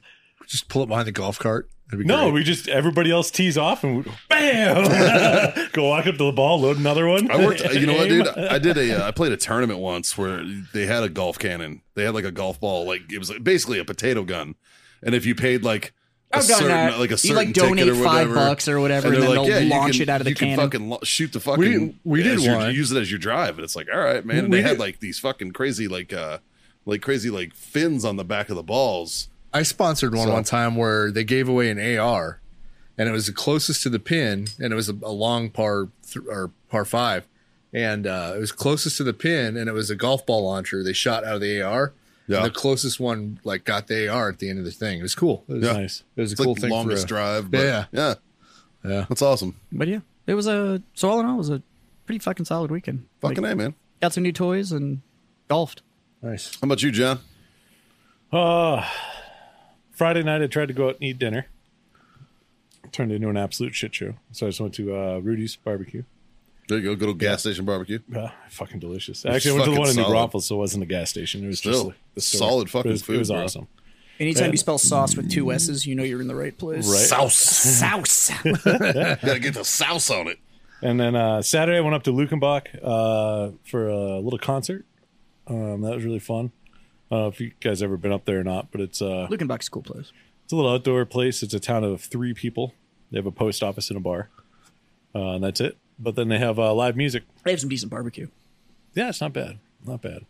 A: just pull up behind the golf cart. That'd be
D: No,
A: great.
D: we just everybody else tees off and we, <laughs>
C: <laughs>
D: bam, go walk up to the ball, load another one.
C: I
B: <laughs>
C: worked. You know what, dude?
D: <laughs> Aim.
C: I did a. Uh, I played a tournament once where they had a golf cannon. They had like a golf ball. Like it was like, basically a potato gun. And if you paid like a
B: I've done
C: certain,
B: that.
C: like a
B: You,
C: certain
B: like,
C: ticket
B: donate
C: or
B: five
C: whatever,
B: bucks or whatever, and
C: they're
B: then they'll
C: you
B: launch
C: can-
B: it out of the
C: you can
B: cannon.
C: fucking lo- shoot the fucking.
A: we did
C: as your-
A: one.
C: Use it as your drive, and it's like, all right, man. And
A: We
C: they had
A: did-
C: like these fucking crazy like. uh like crazy, like fins on the back of the balls.
A: I sponsored one
C: So-
A: one time where they gave away an AR, and it was the closest to the pin, and it was a, a long par th- or par five, and uh, it was closest to the pin, and it was a golf ball launcher. They shot out of the AR.
C: Yeah.
A: And the closest one like got the AR at the end of the thing. It was cool. It was,
C: Yeah.
D: Nice.
A: It was a
C: It's
A: cool
C: like
A: thing.
C: the longest
A: for a-
C: drive. But
A: Yeah.
C: yeah, yeah,
A: Yeah.
C: That's awesome.
B: But yeah, it was a so all in all, it was a pretty fucking solid weekend.
C: Fucking
B: Like,
C: a man.
B: got some new toys and golfed.
A: Nice.
C: How about you, John?
D: Uh, Friday night, I tried to go out and eat dinner. Turned into an absolute shit show. So I just went to uh, Rudy's barbecue.
C: There you go. Good old gas station barbecue.
D: Uh, fucking delicious. Actually, I went to the
C: fucking
D: one in New
C: solid.
D: Braunfels, so it wasn't a gas station. It was
C: Still,
D: just the store.
C: solid fucking
D: it was,
C: food,
D: It was
C: bro.
D: awesome.
B: Anytime you spell sauce with two s's, you know you're in the right place.
D: Right.
C: <laughs> Sauce.
B: <laughs> Sauce.
C: Gotta get the sauce on it.
D: And then uh, Saturday, I went up to Lukenbach uh, for a little concert. Um, that was really fun. I don't know if you guys ever been up there or not, but it's uh,
B: Lukenbach's a cool place.
D: It's a little outdoor place. It's a town of three people. They have a post office and a bar, uh, and that's it. But then they have uh, live music.
B: They have some decent barbecue.
D: Yeah, it's not bad. Not bad.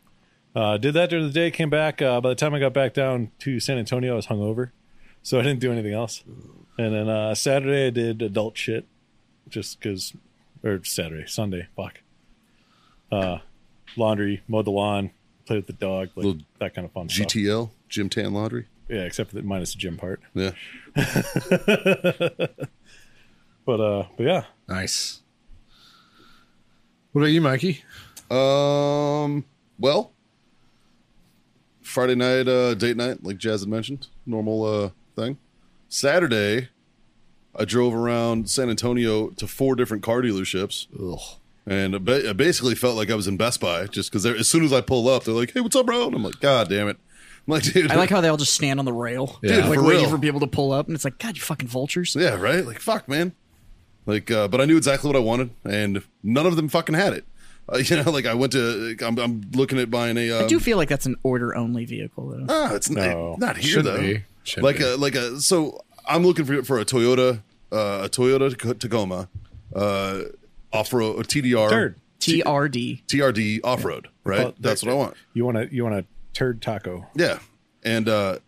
D: Uh, did that during the day. Came back. Uh, by the time I got back down to San Antonio, I was hungover, <laughs> so I didn't do anything else. And then uh, Saturday, I did adult shit, just because, or Saturday, Sunday, fuck. Uh, laundry, mowed the lawn, played with the dog, like
C: Little
D: that kind of fun stuff.
C: GTL, Jim Tan Laundry.
D: Yeah, except for the minus the gym part.
C: Yeah.
D: But uh, but yeah,
A: Nice. What about you, Mikey?
C: Um. Well, Friday night, uh, date night, like Jazz had mentioned, normal uh, thing. Saturday, I drove around San Antonio to four different car dealerships.
A: Ugh.
C: And I ba- I basically felt like I was in Best Buy just because as soon as I pull up, they're like, "Hey, what's up, bro?" And I'm like, "God damn it!" I'm like, "Dude,
B: I like how they all just stand on the rail,
A: Dude,
B: like
C: for
B: waiting
C: real.
B: for people to pull up, and it's like, God, you fucking vultures.
C: <laughs> Yeah, right. Like fuck, man. Like, uh, but I knew exactly what I wanted, and none of them fucking had it. Uh, <laughs> you know, like I went to. I'm, I'm looking at buying a. Um,
B: I do feel like that's an order only vehicle though.
C: <laughs> ah, it's
D: No.
C: not, not here
A: Shouldn't
C: though.
A: be. Shouldn't
C: like
A: be.
C: a like a. So I'm looking for for a Toyota, uh, a Toyota Tac- Tacoma, uh, off road TDR
D: Turd.
B: TRD.
C: TRD off road, right?
D: Oh,
C: That's what I want.
D: You want to you want a turd taco?
C: Yeah. And uh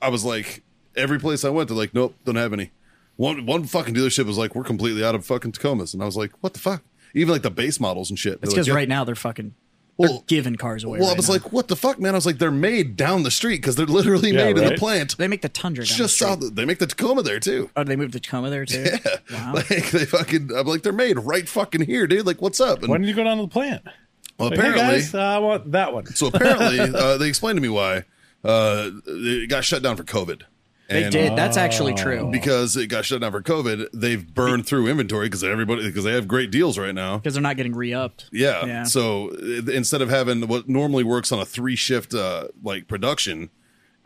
C: I was like, every place I went, they're like, nope, don't have any. One one fucking dealership was like, we're completely out of fucking Tacomas, and I was like, what the fuck? Even like the base models and shit. They're
B: It's
C: like,
B: because
C: yeah.
B: right now they're fucking they're
C: Well,
B: giving cars away.
C: well, I
B: right
C: was
B: now.
C: like, what the fuck, man? I was like, they're made down the street because they're literally
D: Yeah,
C: made in the
D: right.
C: plant.
B: they make the Tundra. Down
C: Just
B: the
C: saw
B: street.
C: that they make the Tacoma there too.
B: Oh, they moved to Tacoma
C: <laughs>
B: there too. Wow.
C: Like they fucking, I'm like, they're made right fucking here, dude. Like, what's up? And
D: Why didn't you go down to the plant?
C: well,
D: Like, hey,
C: apparently,
D: guys, uh, I want that one.
C: so apparently, uh, they explained to me why uh, it got shut down for COVID.
B: they
C: And- uh,
B: did. That's actually true.
C: because it got shut down for COVID. They've burned through inventory because everybody because they have great deals right now.
B: Because they're not getting re upped.
C: Yeah.
B: Yeah.
C: So uh, instead of having what normally works on a three shift uh, like production,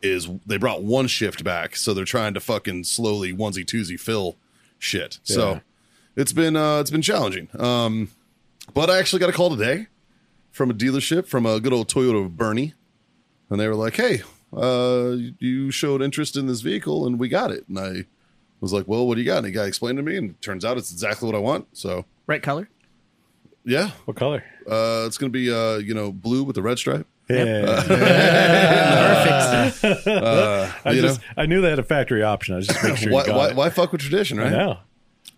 C: is they brought one shift back. So they're trying to fucking slowly onesie twosie fill shit. So it's been uh, it's been challenging. Um, but I actually got a call today from a dealership from a good old Toyota Bernie, and they were like, "Hey, uh, you showed interest in this vehicle, and we got it." And I was like, "Well, what do you got?" And the guy explained to me, and it turns out it's exactly what I want. So
B: Right color?
C: yeah,
D: What color?
C: uh, it's gonna be uh, you know blue with the red stripe.
D: Yeah. I
C: you
D: just
C: know,
D: I knew they had a factory option. I was just making sure
C: why,
D: you got
C: why,
D: it.
C: why fuck with tradition,
D: I
C: right?
D: know.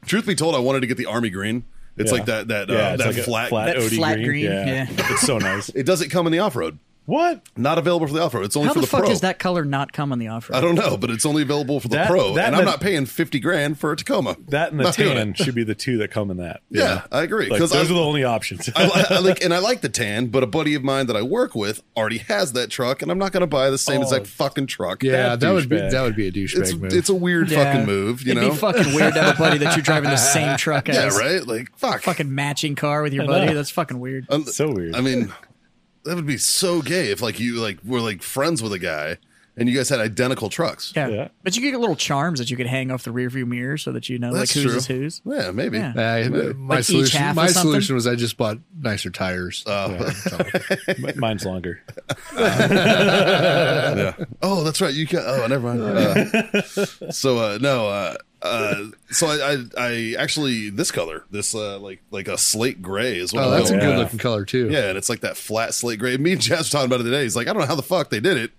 C: Truth be told, I wanted to get the army green. It's
D: Yeah.
C: like that that
D: Yeah,
C: uh,
A: Oh,
D: it's
C: that
D: like a
C: flat.
D: flat,
B: That
D: OD
B: flat
D: green.
B: green, yeah.
D: <laughs> it's so nice.
C: It doesn't come in the off road.
D: What?
C: Not available for the off road. It's only
B: How
C: for
B: the,
C: the,
B: fuck
C: pro.
B: does that color not come on the off
C: I
B: road?
C: don't know, but it's only available for the
D: That-
C: pro,
D: that
C: and I'm
D: meant-
C: not paying fifty grand for a Tacoma. <laughs>
D: That and the
C: Not doing
D: tan
C: it.
D: should be the two that come in that. you
C: Yeah,
D: know?
C: I agree.
D: Like, those
C: Because I,
D: are the only options.
C: I, li- I
D: <laughs>
C: like, and I like the tan, but a buddy of mine that I work with already has that truck, and I'm not going to buy the same exact
D: Oh.
C: fucking truck.
A: Yeah, that,
D: That
A: would be
D: douchebag.
A: that would be a douchebag
C: it's
A: move.
C: it's a weird
B: Yeah.
C: fucking move, you
B: It'd
C: know?
B: be fucking weird to have a buddy that you're driving
C: <laughs>
B: the same truck as.
C: yeah, right. Like fuck.
B: Fucking matching car with your
D: know.
B: buddy. That's fucking weird.
C: Un-
D: So weird.
C: I mean, that would be so gay if like you like were like friends with a guy and you guys had identical trucks.
B: Yeah.
D: Yeah.
B: But you could get little charms that you could hang off the rearview mirror so that you know
C: That's
B: like
C: true.
B: whose is whose.
C: Yeah, maybe.
B: Yeah.
A: I- my
B: Like each
A: solution,
B: half
A: my
B: or something?
A: solution was I just bought nicer tires.
C: Uh,
D: M- <laughs> Mine's longer.
C: yeah. Oh, that's right. You can. Oh, never mind. Uh,
B: <laughs>
C: so uh, no. Uh, uh, so I, I I actually this color this uh like like a slate gray is what
A: oh,
C: I'm
A: that's a
C: going
A: good
C: with.
A: looking color too.
C: Yeah, and it's like that flat slate gray. Me and Jazz were talking about it today. He's like, I don't know how the fuck they did it.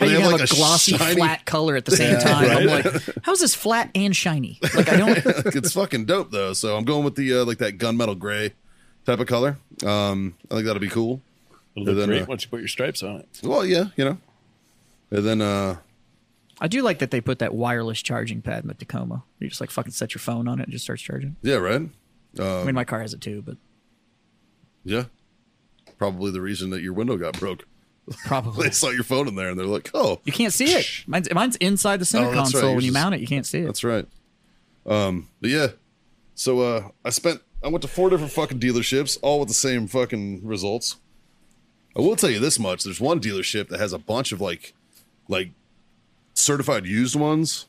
B: How
C: but
B: you
C: they
B: have, a, glossy
C: shiny-
B: flat color at the
C: <laughs>
B: same time? I'm
D: right?
B: like, how's this flat and shiny? Like I don't.
C: <laughs> it's fucking dope though. So I'm going with the uh, like that gunmetal gray type of color. Um, I think that'll be cool.
D: It'll look
C: then,
D: great
C: uh,
D: once you put your stripes on it.
C: Well, yeah, you know. And then uh,
B: I do like that they put that wireless charging pad in the Tacoma. You just like fucking set your phone on it and it just starts charging.
C: yeah, right.
B: I
C: Um,
B: mean, my car has it too, but
C: Yeah, probably the reason that your window got broke. <laughs>
B: probably
C: They saw your phone in there and they're like, oh,
B: you can't see it. Mine's, mine's inside the center
C: Oh, that's
B: console.
C: right.
B: When you
C: Yours is-
B: mount it, you can't see it.
C: that's right. Um, but yeah, so uh, I spent I went to four different fucking dealerships, all with the same fucking results. I will tell you this much: there's one dealership that has a bunch of like, like certified used ones,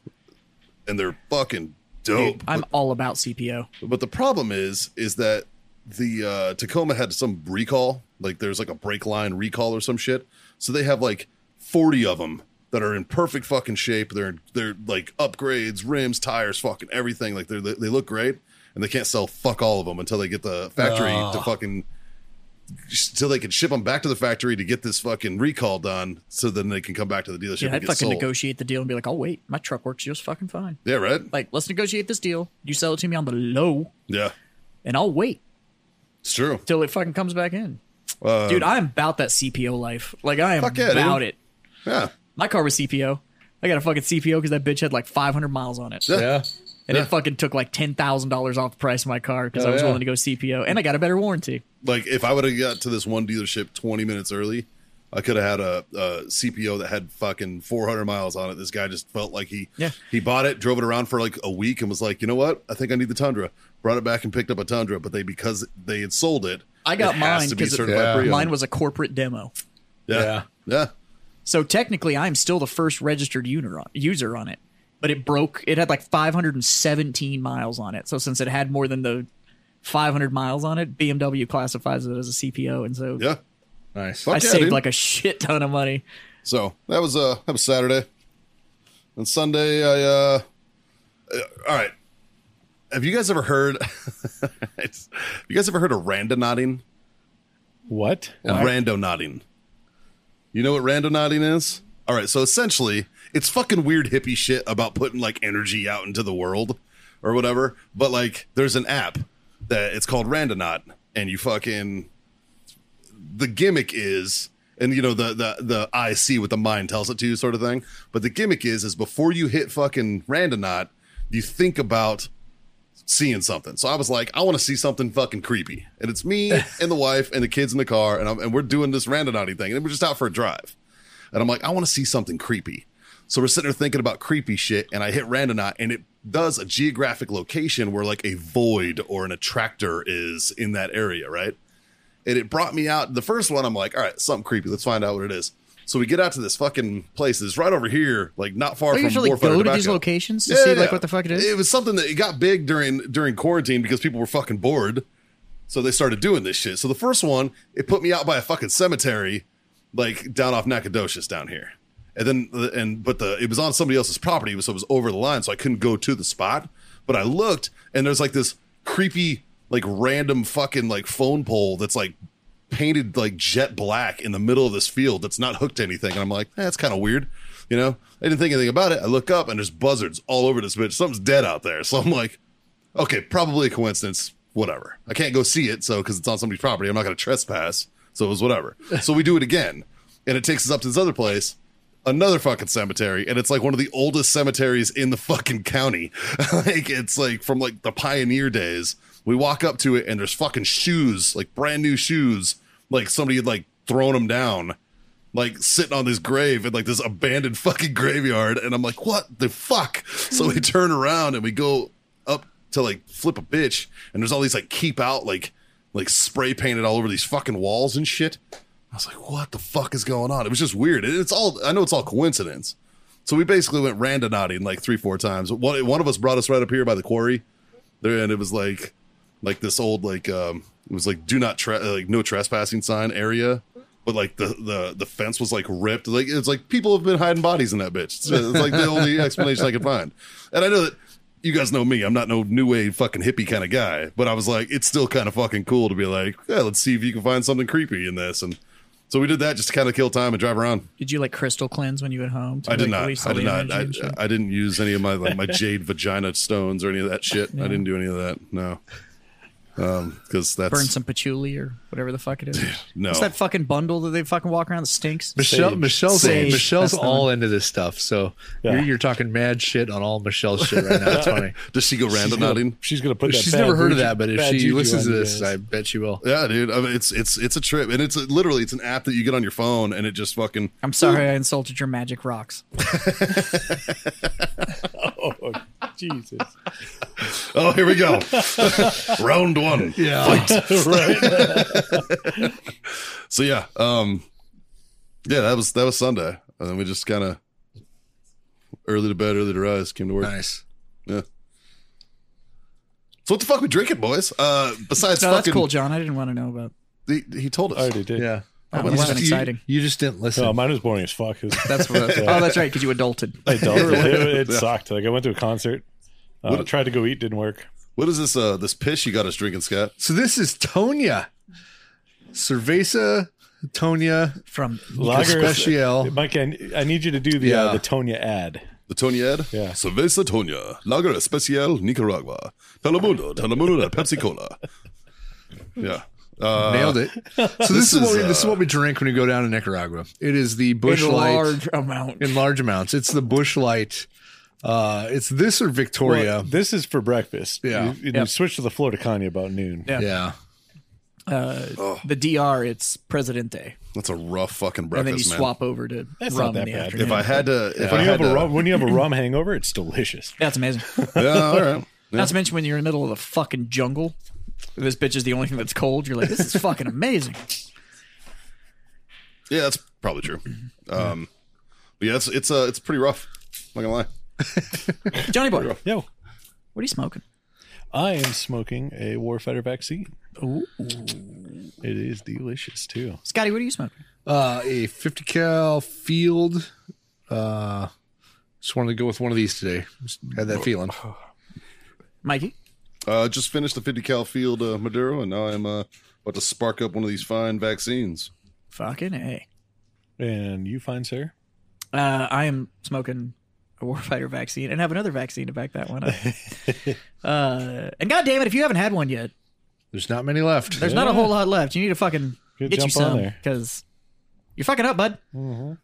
C: and they're fucking dope.
B: Dude, I'm all about CPO.
C: But the problem is, is that the uh, Tacoma had some recall, like there's like a brake line recall or some shit. So they have like 40 of them that are in perfect fucking shape. They're they're like upgrades, rims, tires, fucking everything. Like they they look great, and they can't sell fuck all of them until they get the factory to fucking until they can ship them back to the factory to get this fucking recall done. So then they can come back to the dealership
B: Dude,
C: and
B: I'd
C: get
B: fucking
C: sold.
B: negotiate the deal and be like, oh wait, my truck works just fucking fine.
C: yeah, right.
B: Like, let's negotiate this deal. You sell it to me on the low,
C: Yeah,
B: and I'll wait
C: it's true.
B: till it fucking comes back in. dude, I'm about that CPO life. Like, I am
C: Uh, Fuck yeah,
B: about
C: dude.
B: it.
C: Yeah,
B: My car was CPO. I got a fucking CPO because that bitch had like 500 miles on it.
A: Yeah.
B: And it fucking took like $10,000 off the price of my car because I was
A: yeah.
B: willing to go CPO. And I got a better warranty.
C: like if I would have got to this one dealership 20 minutes early, I could have had a, a CPO that had fucking 400 miles on it. This guy just felt like he
B: Yeah.
C: he bought it, drove it around for like a week, and was like, you know what? I think I need the Tundra. Brought it back and picked up a Tundra, but they because they had sold it.
B: I got
C: it
B: mine
C: has to be
B: 'cause it-
C: certified
A: Yeah.
C: pre-owned.
B: Mine was a corporate demo.
C: yeah. yeah,
A: Yeah.
B: So technically, I'm still the first registered user on, user on it. But it broke, it had like 517 miles on it. So since it had more than the 500 miles on it, BMW classifies it as a CPO. And so
C: yeah.
A: Nice.
C: Fuck
B: I
C: yeah,
B: saved
C: dude.
B: like a shit ton of money.
C: So that was uh that was Saturday. And Sunday I uh, uh all right. Have you guys ever heard? <laughs> it's- you guys ever heard of rando nodding?
D: What?
C: Rando nodding. You know what rando nodding is? All right, so essentially, it's fucking weird hippie shit about putting like energy out into the world or whatever. But like, there's an app that it's called Randonot, and you fucking the gimmick is and you know the the the I see what the mind tells it to you sort of thing. But the gimmick is is before you hit fucking Randonot, you think about seeing something. So I was like, I want to see something fucking creepy. And it's
B: <laughs>
C: me and the wife and the kids in the car and I'm, and we're doing this Randonauty thing and we're just out for a drive. And I'm like, I want to see something creepy. So we're sitting there thinking about creepy shit and I hit Randonaut and it does a geographic location where like a void or an attractor is in that area, right? and it brought me out the first one i'm like all right something creepy let's find out what it is so we get out to this fucking place that's right over here like not far
B: Don't you
C: from
B: usually
C: Warfighter
B: go to
C: Tobacco.
B: these locations to see, like, what the fuck it is?
C: it was something that it got big during during quarantine because people were fucking bored so they started doing this shit so the first one it put me out by a fucking cemetery like down off nacogdoches down here and then the- and but the it was on somebody else's property so it was over the line so i couldn't go to the spot but i looked and there's like this creepy like random fucking like phone pole that's like painted like jet black in the middle of this field that's not hooked to anything and i'm like eh, that's kind of weird you know i didn't think anything about it i look up and there's buzzards all over this bitch something's dead out there so i'm like okay, probably a coincidence, whatever. I can't go see it, so because it's on somebody's property, I'm not going to trespass. So it was whatever. So we do it again, and it takes us up to this other place, another fucking cemetery, and it's like one of the oldest cemeteries in the fucking county. <laughs> like it's like from like the pioneer days. We walk up to it, and there's fucking shoes, like brand new shoes, like somebody had like thrown them down like sitting on this grave in like this abandoned fucking graveyard and i'm like what the fuck so we turn around and we go up to like flip a bitch and there's all these like keep out like like spray painted all over these fucking walls and shit i was like what the fuck is going on it was just weird and it's all i know it's all coincidence so we basically went randonauting like three four times one, one of us brought us right up here by the quarry there and it was like like this old like um it was like do not tre- like no trespassing sign area but like the the the fence was like ripped like it's like people have been hiding bodies in that bitch it's, it's like the only
B: <laughs>
C: explanation i could find and i know that you guys know me i'm not no new wave fucking hippie kind of guy but i was like it's still kind of fucking cool to be like yeah let's see if you can find something creepy in this and so we did that just to kind of kill time and drive around
B: Did you like crystal cleanse when you went home? To,
C: I did
B: like,
C: not.
B: release all
C: I did
B: the
C: not.
B: energy
C: I,
B: and shit?
C: I didn't use any of my
B: <laughs>
C: like my jade vagina stones or any of that shit. I didn't do any of that. No, because that's
B: Burn some patchouli or whatever the fuck it is.
C: no.
B: What's that fucking bundle that they fucking walk around that stinks?
A: Michelle, Michelle's
B: Sage.
A: Michelle's
B: That's the
A: all into this stuff, so
D: Yeah.
A: you're, you're talking mad shit on all Michelle's shit right
D: <laughs>
A: now. It's funny.
C: Does she go random nodding?
D: She's gonna put. That
A: She's
D: bad
A: never heard of
D: juju-
A: that, but if
D: bad
A: she
D: juju
A: listens to
D: on you
A: this,
D: guys.
A: I bet she will.
C: Yeah, dude. I mean, it's it's it's a trip, and it's a, literally it's an app that you get on your phone, and it just fucking.
B: I'm sorry I insulted your magic rocks.
D: <laughs> oh, Jesus.
A: <laughs>
D: <laughs>
C: Oh, here we <laughs> go. Round one.
A: Yeah. <laughs>
D: right.
C: So yeah, um, yeah, that was that was Sunday, and then we just kind of early to bed, early to rise, came to work.
A: Nice.
C: Yeah. So what the fuck we drinking, boys? Uh, besides
B: No,
C: fucking,
B: that's cool, John. I didn't want to know about.
C: He, he told us.
D: I already did.
A: Yeah.
B: That
C: but
B: was
C: last
B: not
C: year-
B: exciting.
A: Oh, You just didn't listen.
D: Oh, mine was boring as fuck. It was-
A: That's what.
B: Oh, that's right, because you adulted.
D: I
A: <laughs>
D: adulted. It, it
C: Yeah.
D: sucked. Like I went to a concert. Uh,
C: What-
D: tried to go eat, didn't work.
C: What is this? Uh, this piss you got us drinking, Scott?
A: so this is Tonya, Cerveza Tonya
B: From
D: <laughs> Lager
C: E
A: Especial.
D: Mike, I, I need you to do the
A: Yeah.
D: uh, the Tonya ad.
C: The Tonya Ed?
D: Yeah.
C: Cerveza Tonya, Lager Especial, Nicaragua. Telemundo, Telemundo, and Pepsi Cola. Yeah. Uh,
A: Nailed it. So this,
C: this
A: is what
C: is,
A: we, this is
C: uh,
A: what we drink when we go down to Nicaragua. It is the
B: a
A: Bush Light
B: large amount.
A: in large amounts. It's the Bush Light. Uh, it's this or Victoria.
D: Well, this is for breakfast.
A: Yeah.
D: You, you
B: Yeah.
D: switch to the Florida Kanye about noon.
B: Yeah.
A: yeah.
B: The DR, it's Presidente.
C: That's a rough fucking
B: and then you
C: breakfast, man.
B: swap over to
D: That's
B: rum
D: not that
B: in the
D: bad.
B: afternoon.
C: If I had to, if
D: When
C: I
D: you
C: had
D: have a
C: to,
D: rum, when you
C: <clears throat>
D: have a rum hangover, it's delicious.
B: That's amazing.
C: yeah, all right.
B: Not to mention when you're in the middle of the fucking jungle, this bitch is the only thing that's cold. You're like, this is fucking amazing.
C: <laughs> Yeah, that's probably true. Um, but yeah, it's it's uh, it's pretty rough. I'm not gonna lie.
B: Johnny Boy,
D: Yo,
B: what are you smoking?
D: I am smoking a warfighter vaccine.
B: Ooh.
D: It is delicious too.
B: Scotty, what are you smoking?
A: Uh, a 50 cal field. Uh, just wanted to go with one of these today. Just had that feeling.
B: Mikey?
C: Uh, just finished the 50 cal field uh, Maduro, and now I'm uh, about to spark up one of these fine vaccines.
B: Fucking a.
D: And you find sir?
B: Uh, I am smoking a warfighter vaccine and have another vaccine to back that one up. uh, and God damn it, if you haven't had one yet,
A: There's not many left.
B: there's not a whole lot left. You need to fucking
D: Good
B: get you
D: jump on
B: some
D: there. Mm-hmm.
B: because you're fucking up, bud. Because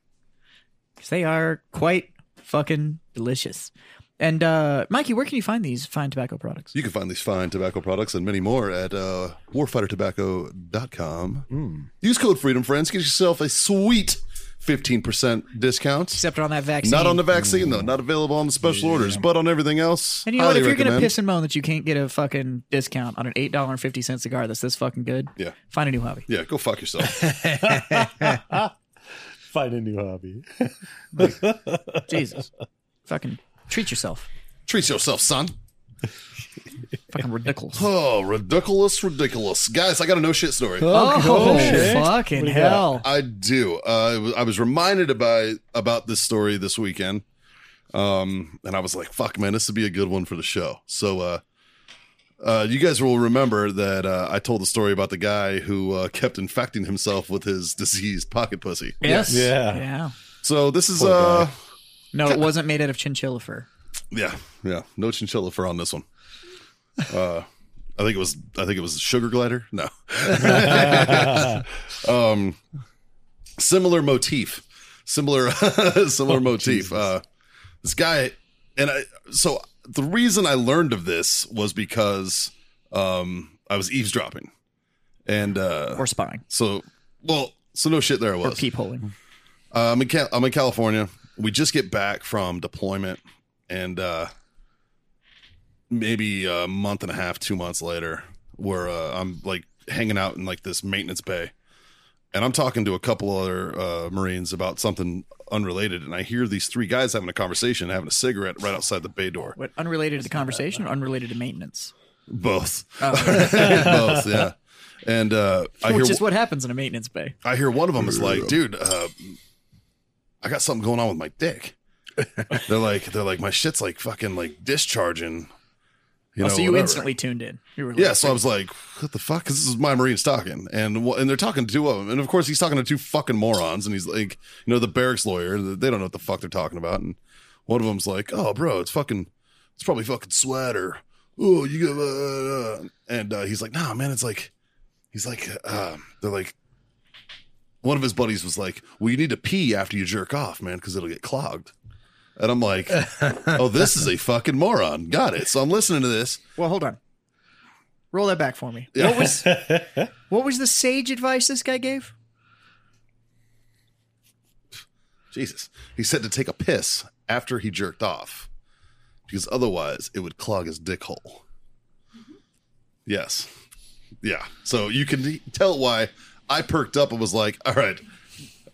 B: they are quite fucking delicious. And uh, Mikey, where can you find these fine tobacco products?
C: You can find these fine tobacco products and many more at uh, warfightertobacco.com. Use code Freedom Friends. Get yourself a sweet 15% discount.
B: Except on that vaccine.
C: Not on the vaccine, though. Not available on the special orders, but on everything else.
B: And you know what?
C: highly
B: If you're gonna
C: recommend.
B: piss and moan that you can't get a fucking discount on an eight dollar and fifty cent cigar that's this fucking good,
C: Yeah.
B: find a new hobby.
C: Yeah, go fuck yourself. <laughs>
D: Find a new hobby.
B: Jesus, fucking treat yourself.
C: Treat yourself, son.
B: Fucking ridiculous.
C: Oh, ridiculous, ridiculous. Guys, I got a no shit story.
B: Oh,
D: shit.
B: fucking hell!
C: I do. Uh, I was- I was reminded by about this story this weekend, um, and I was like, "Fuck, man, this would be a good one for the show." So, uh, uh, you guys will remember that uh, I told the story about the guy who uh, kept infecting himself with his <laughs> diseased pocket pussy.
B: Yes.
D: Yeah.
B: Yeah.
C: So this is, uh,
B: No, it wasn't made out of chinchilla fur.
C: yeah, yeah, no chinchilla fur on this one. Uh, I think it was, I think it was sugar glider. No, <laughs> um, similar motif, similar, <laughs>
B: Oh,
C: similar motif. Uh, this guy, and I, so the reason I learned of this was because, um, I was eavesdropping and, uh,
B: Or spying.
C: so, well, so no shit there I
B: Or
C: was.
B: peepholing.
C: Uh, I'm in Cal- I'm in California. We just get back from deployment, and uh, maybe a month and a half, two months later, where uh, I'm like hanging out in like this maintenance bay, and I'm talking to a couple other uh, Marines about something unrelated, and I hear these three guys having a conversation, having a cigarette right outside the bay door.
B: What, unrelated to the conversation or unrelated to maintenance?
C: Both, <laughs> both, yeah. And uh, I hear
B: Oh. Which is what happens in a maintenance bay.
C: I hear one of them is like, dude, uh, I got something going on with my dick. they're like, they're like, my shit's like fucking like discharging. You
B: Oh,
C: know,
B: so you
C: whatever.
B: instantly tuned in. You were like,
C: Yeah, so I was like, "What the fuck?" Because this is my Marines talking, and wh- and they're talking to two of them, and of course he's talking to two fucking morons, and he's like, you know, the barracks lawyer, they don't know what the fuck they're talking about, and one of them's like, "Oh, bro, it's fucking, it's probably fucking sweat or oh, you got," uh, uh," and uh, he's like, "Nah, man, it's like, he's like, uh, they're like." One of his buddies was like, "Well, you need to pee after you jerk off, man, because it'll get clogged." And I'm
B: <laughs>
C: like, "Oh, this is a fucking moron." Got it. So I'm listening to this.
B: well, hold on. Roll that back for me.
C: Yeah.
B: What
C: <laughs>
B: was what was the sage advice this guy gave?
C: Jesus. He said to take a piss after he jerked off because otherwise it would clog his dick hole. Yes. Yeah. So you can tell why I perked up and was like, all right,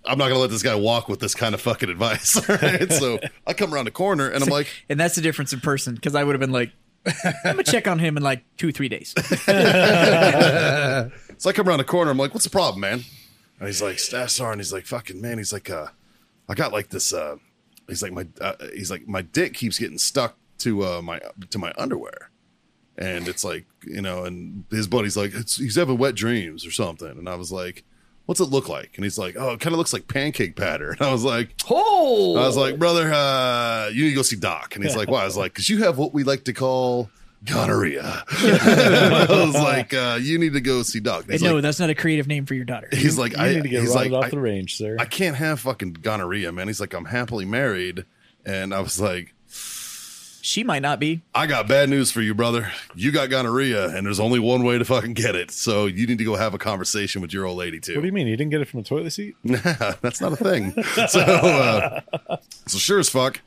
C: I'm not going to let this guy walk with this kind of fucking advice. <laughs> All right. So I come around the corner and I'm like,
B: And that's the difference in person because I would have been like, I'm gonna check on him in like two
C: <laughs>
B: three days.
C: So I come around the corner. I'm like, "What's the problem, man?" And he's like, "Staff sergeant." He's like, "Fucking man." He's like, "Uh, I got like this." Uh, he's like, "My," uh, he's like, "My dick keeps getting stuck to uh my to my underwear," and it's like, you know, and his buddy's like, it's, "He's having wet dreams or something," and I was like. What's it look like? And he's like, "Oh, it kind of looks like pancake batter." <laughs> And I was like,
B: Oh,
C: "I was like, brother, uh, you need to go see Doc." And he's like, "Why?" I was like, "Cause you have what we like to call gonorrhea." <laughs> I was like, uh, "You need to go see Doc." And he's
B: no,
C: like,
B: that's not a creative name for your daughter.
C: He's like,
D: You
C: I
D: need to get
C: he's
D: right
C: like,
D: off
C: I,
D: the range, sir.
C: I can't have fucking gonorrhea, man. He's like, I'm happily married, and I was like,
B: She might not be.
C: I got bad news for you, brother. You got gonorrhea, and there's only one way to fucking get it. So you need to go have a conversation with your old lady too.
D: what do you mean? You didn't get it from the toilet seat?
C: Nah, <laughs> that's not a thing. so, uh, so sure as fuck,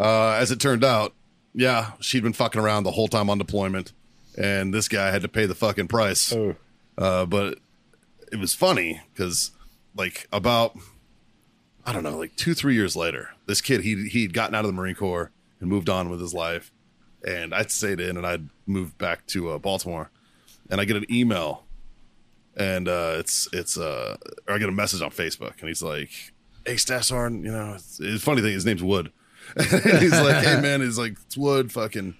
C: uh, as it turned out, yeah, she'd been fucking around the whole time on deployment, and this guy had to pay the fucking price.
D: Oh.
C: Uh, but it was funny because, like, about I don't know, like two three years later, this kid he he'd gotten out of the Marine Corps and moved on with his life, and I'd stayed in and I'd moved back to uh, Baltimore, and I get an email and uh, it's it's uh, or I get a message on Facebook, and he's like, "Hey, Staff Sergeant, you know, it's, it's funny thing. His name's Wood. <laughs> he's like, "Hey, man, he's like, it's Wood. Fucking,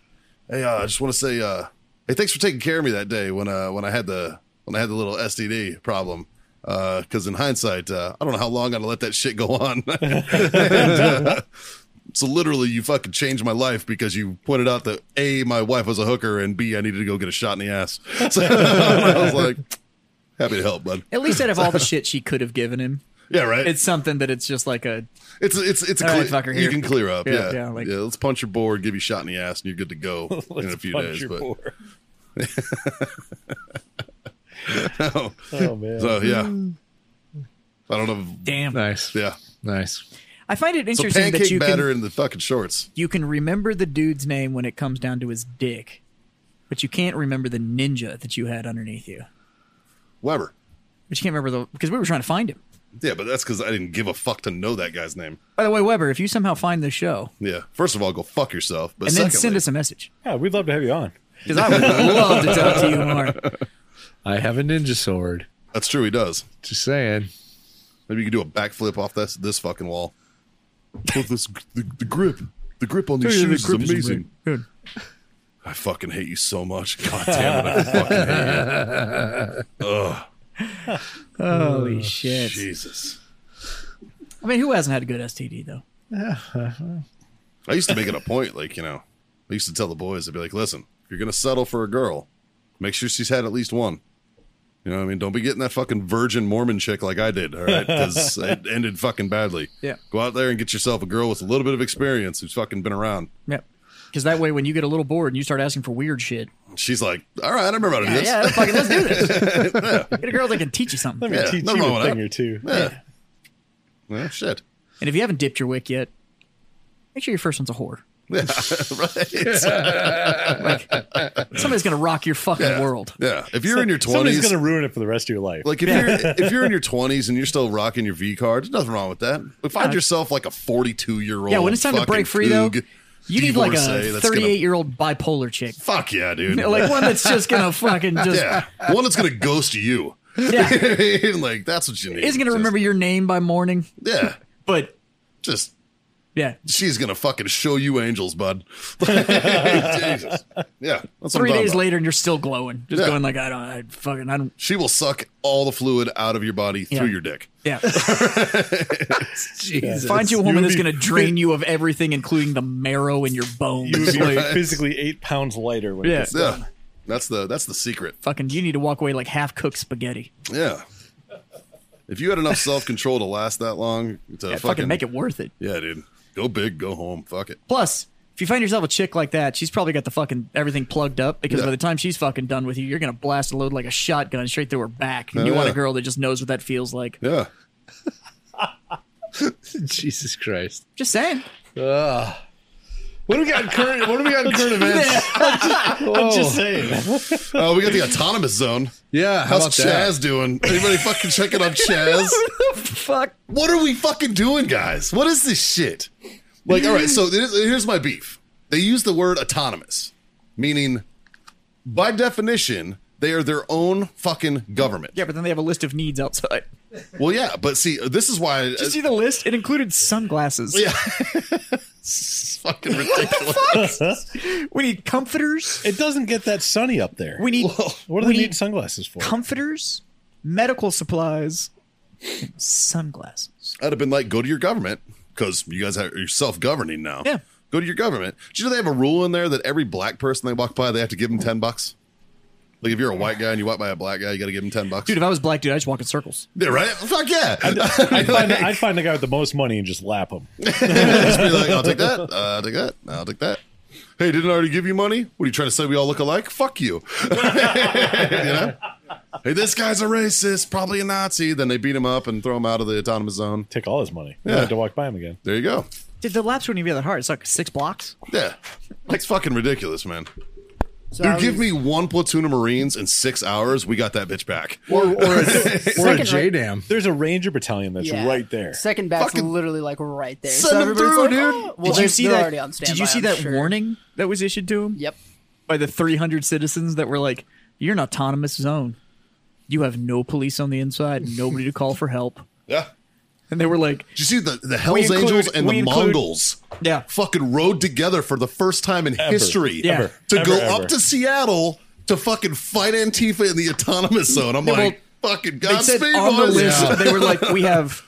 C: hey, uh, I just want to say, uh, Hey, thanks for taking care of me that day when uh when I had the when I had the little STD problem. Uh, because in hindsight, uh, I don't know how long I'd let that shit go on. <laughs> And, uh, so literally, you fucking changed my life because you pointed out that a my wife was a hooker and b I needed to go get a shot in the ass. <laughs> So I was like, happy to help, bud.
B: At least out of all
C: <laughs>
B: the shit she could have given him,
C: Yeah, right.
B: it's something that it's just like a
C: It's it's it's a
B: All
C: cle-
B: right, fucker,
C: you
B: here.
C: can clear up.
B: Yeah,
C: Yeah, yeah.
B: yeah, like-
C: let's punch your board, give you a shot in the ass, and you're good to
B: <laughs>
C: go in a few
D: punch
C: days.
D: your
C: But
D: board.
C: <laughs> no.
D: Oh man.
C: so yeah, I don't know.
B: damn.
A: Nice.
C: Yeah,
A: Nice.
B: I find it
C: so
B: interesting that
C: pancake
B: you
C: batter
B: can
C: in the fucking shorts.
B: you can remember the dude's name when it comes down to his dick, but you can't remember the ninja that you had underneath you.
C: Weber.
B: But you can't remember the because we were trying to find him.
C: Yeah, but that's because I didn't give a fuck to know that guy's name.
B: By the way, Weber, if you somehow find this show
C: Yeah. First of all, go fuck yourself. But
B: and
C: secondly,
B: then send us a message,
D: Yeah, we'd love to have you on.
B: because
C: <laughs>
B: I would love to talk to you more.
A: I have a ninja sword.
C: that's true. He does.
A: Just saying.
C: Maybe you can do a backflip off this this fucking wall. <laughs> Look, this the, the grip, the grip on these
A: Yeah, the
C: shoes is
A: grip is
C: amazing.
B: Dude,
C: I fucking hate you so much. God damn
B: <laughs>
C: it! I fucking hate you.
B: holy shit!
C: Jesus.
B: I mean, who hasn't had a good STD though?
C: I used to make it a point, like, you know, I used to tell the boys, I'd be like, listen, if you're going to settle for a girl, make sure she's had at least one. You know what I mean? Don't be getting that fucking virgin Mormon chick like I did, all right? Because
B: <laughs>
C: it ended fucking badly.
B: Yeah.
C: Go out there and get yourself a girl with a little bit of experience who's fucking been around.
B: Yep. Because that way, when you get a little bored and you start asking for weird shit,
C: She's like, all right, I remember how to do
B: yeah,
C: this.
B: yeah, fucking, let's do
C: <laughs>
B: this. Get a girl that can teach you something.
D: Let me
C: Yeah,
D: teach
C: nothing
D: you
C: wrong
D: a
C: with
D: thing
C: that.
D: or two.
C: Yeah. Yeah, shit.
B: And if you haven't dipped your wick yet, make sure your first one's a whore.
C: Yeah, right.
B: Like somebody's gonna rock your fucking world.
C: Yeah. If you're in your 20s,
D: Somebody's gonna ruin it for the rest of your life.
C: Like if you're if you're in your twenties and you're still rocking your V card, there's nothing wrong with that. But find
B: Yeah.
C: yourself like a forty two year old.
B: Yeah, when it's time to break free, though, You need like
C: divorcee
B: a
C: that's gonna-
B: thirty-eight-year-old bipolar chick, <laughs>
C: Fuck yeah, dude.
B: like one that's just gonna fucking just <laughs>
C: yeah, one that's gonna ghost you.
B: yeah,
C: <laughs> like that's what you need.
B: isn't gonna
C: Just-
B: remember your name by morning,
C: Yeah,
B: but
C: just
B: yeah,
C: she's gonna fucking show you angels,
B: <laughs>
C: bud. <laughs> Jesus. Yeah, that's what
B: three
C: I'm talking
B: days
C: about.
B: later and you're still glowing, just
C: Yeah.
B: going like I don't, I fucking, I don't,
C: She will suck all the fluid out of your body
B: Yeah.
C: through your dick.
B: yeah.
A: <laughs> Jesus.
B: Find you a woman
D: would
B: that's
D: be-
B: gonna drain you of everything, including the marrow in
C: <laughs>
B: your
D: you would
B: bones.
D: be
B: Like,
D: physically eight pounds lighter when
B: Yeah.
D: yeah.
C: Yeah, that's the that's the secret.
B: fucking, you need to walk away like half-cooked spaghetti.
C: Yeah. If you had enough self control to last that long, to
B: Yeah,
C: fucking,
B: fucking, make it worth it.
C: Yeah, dude. Go big, go home. Fuck it.
B: Plus, if you find yourself a chick like that, she's probably got the fucking everything plugged up because
C: Yeah.
B: by the time she's fucking done with you, you're gonna blast a load like a shotgun straight through her back. And
C: Oh,
B: you want
C: yeah.
B: a girl that just knows what that feels like.
C: Yeah.
B: <laughs>
A: Jesus Christ.
B: Just saying.
A: What do we got in current? What do we got in current events?
D: I'm just saying.
C: Oh, we got the autonomous zone.
A: Yeah. How
C: How's
A: about
C: Chaz doing? Anybody fucking checking
B: <laughs>
C: on Chaz?
B: Fuck.
C: What are we fucking doing, guys? What is this shit? Like, all right, so
B: <laughs>
C: here's here's my beef. They use the word autonomous, meaning by definition, they are their own fucking government.
B: Yeah, but then they have a list of needs outside. <laughs>
C: Well, yeah, but see, this is why uh,
B: Did you see the list? It included sunglasses.
C: <laughs>
B: <laughs>
C: Yeah. it's fucking ridiculous.
B: We need comforters.
D: It doesn't get that sunny up there.
B: We need
D: what do they
B: we need
D: need sunglasses for?
B: comforters, medical supplies, and sunglasses.
C: I'd have been like, go to your government because you guys are you're self governing now.
B: Yeah.
C: Go to your government. Do you know they have a rule in there that every black person they walk by, they have to give them 10 bucks? Like if you're a white guy and you walk by a black guy, you got to give him 10 bucks.
B: Dude, if I was black, dude, I'd just walk in circles.
C: yeah, right? Fuck yeah. <laughs>
B: <laughs>
D: I'd, find, I'd find the guy with the most money and just lap him.
C: Just be like, I'll take that. Uh, I'll take that. I'll take that. Hey, didn't I already give you money? What are you trying to say? We all look alike? Fuck you. <laughs> you know? Hey, this guy's a racist, probably a Nazi. Then they beat him up and throw him out of the autonomous zone.
D: Take all his money. Yeah. Have to walk by him again.
C: There you go.
B: Dude, the laps wouldn't even be that hard. It's like six blocks.
C: Yeah. It's fucking ridiculous, man.
B: So I
C: Dude,
B: was-
C: give me one platoon of Marines in six hours. We got that bitch back.
A: Or, or, a, or a
F: Second
A: J Dam.
D: There's a ranger battalion that's
F: Yeah.
D: right there.
F: Second bat's
C: Fucking-
F: literally like right there.
C: Send 'em
F: everybody's
C: through,
F: like,
C: dude.
F: "Oh, well,
B: Did
F: they're-
B: you see
F: they're
B: that?
F: already on standby,
B: did you see
F: I'm
B: that
F: sure.
B: warning that was issued to him <laughs>
F: Yep.
B: by the 300 citizens that were like, "You're an autonomous zone. You have no police on the inside, nobody to call for help."
C: <laughs> Yeah.
B: And they were like,
C: Did you see the, the Hells
B: include-
C: Angels and the
B: we include-
C: Mongols
B: "Yeah,
C: fucking rode together for the first time in history
B: Yeah.
C: to
D: Ever,
C: go
D: ever.
C: up to Seattle to fucking fight Antifa in the autonomous zone. I'm
B: Yeah, well,
C: like, fucking
B: they
C: Godspeed,
B: said on the
C: boys.
B: list
C: Yeah.
B: they were like
C: <laughs>
B: we have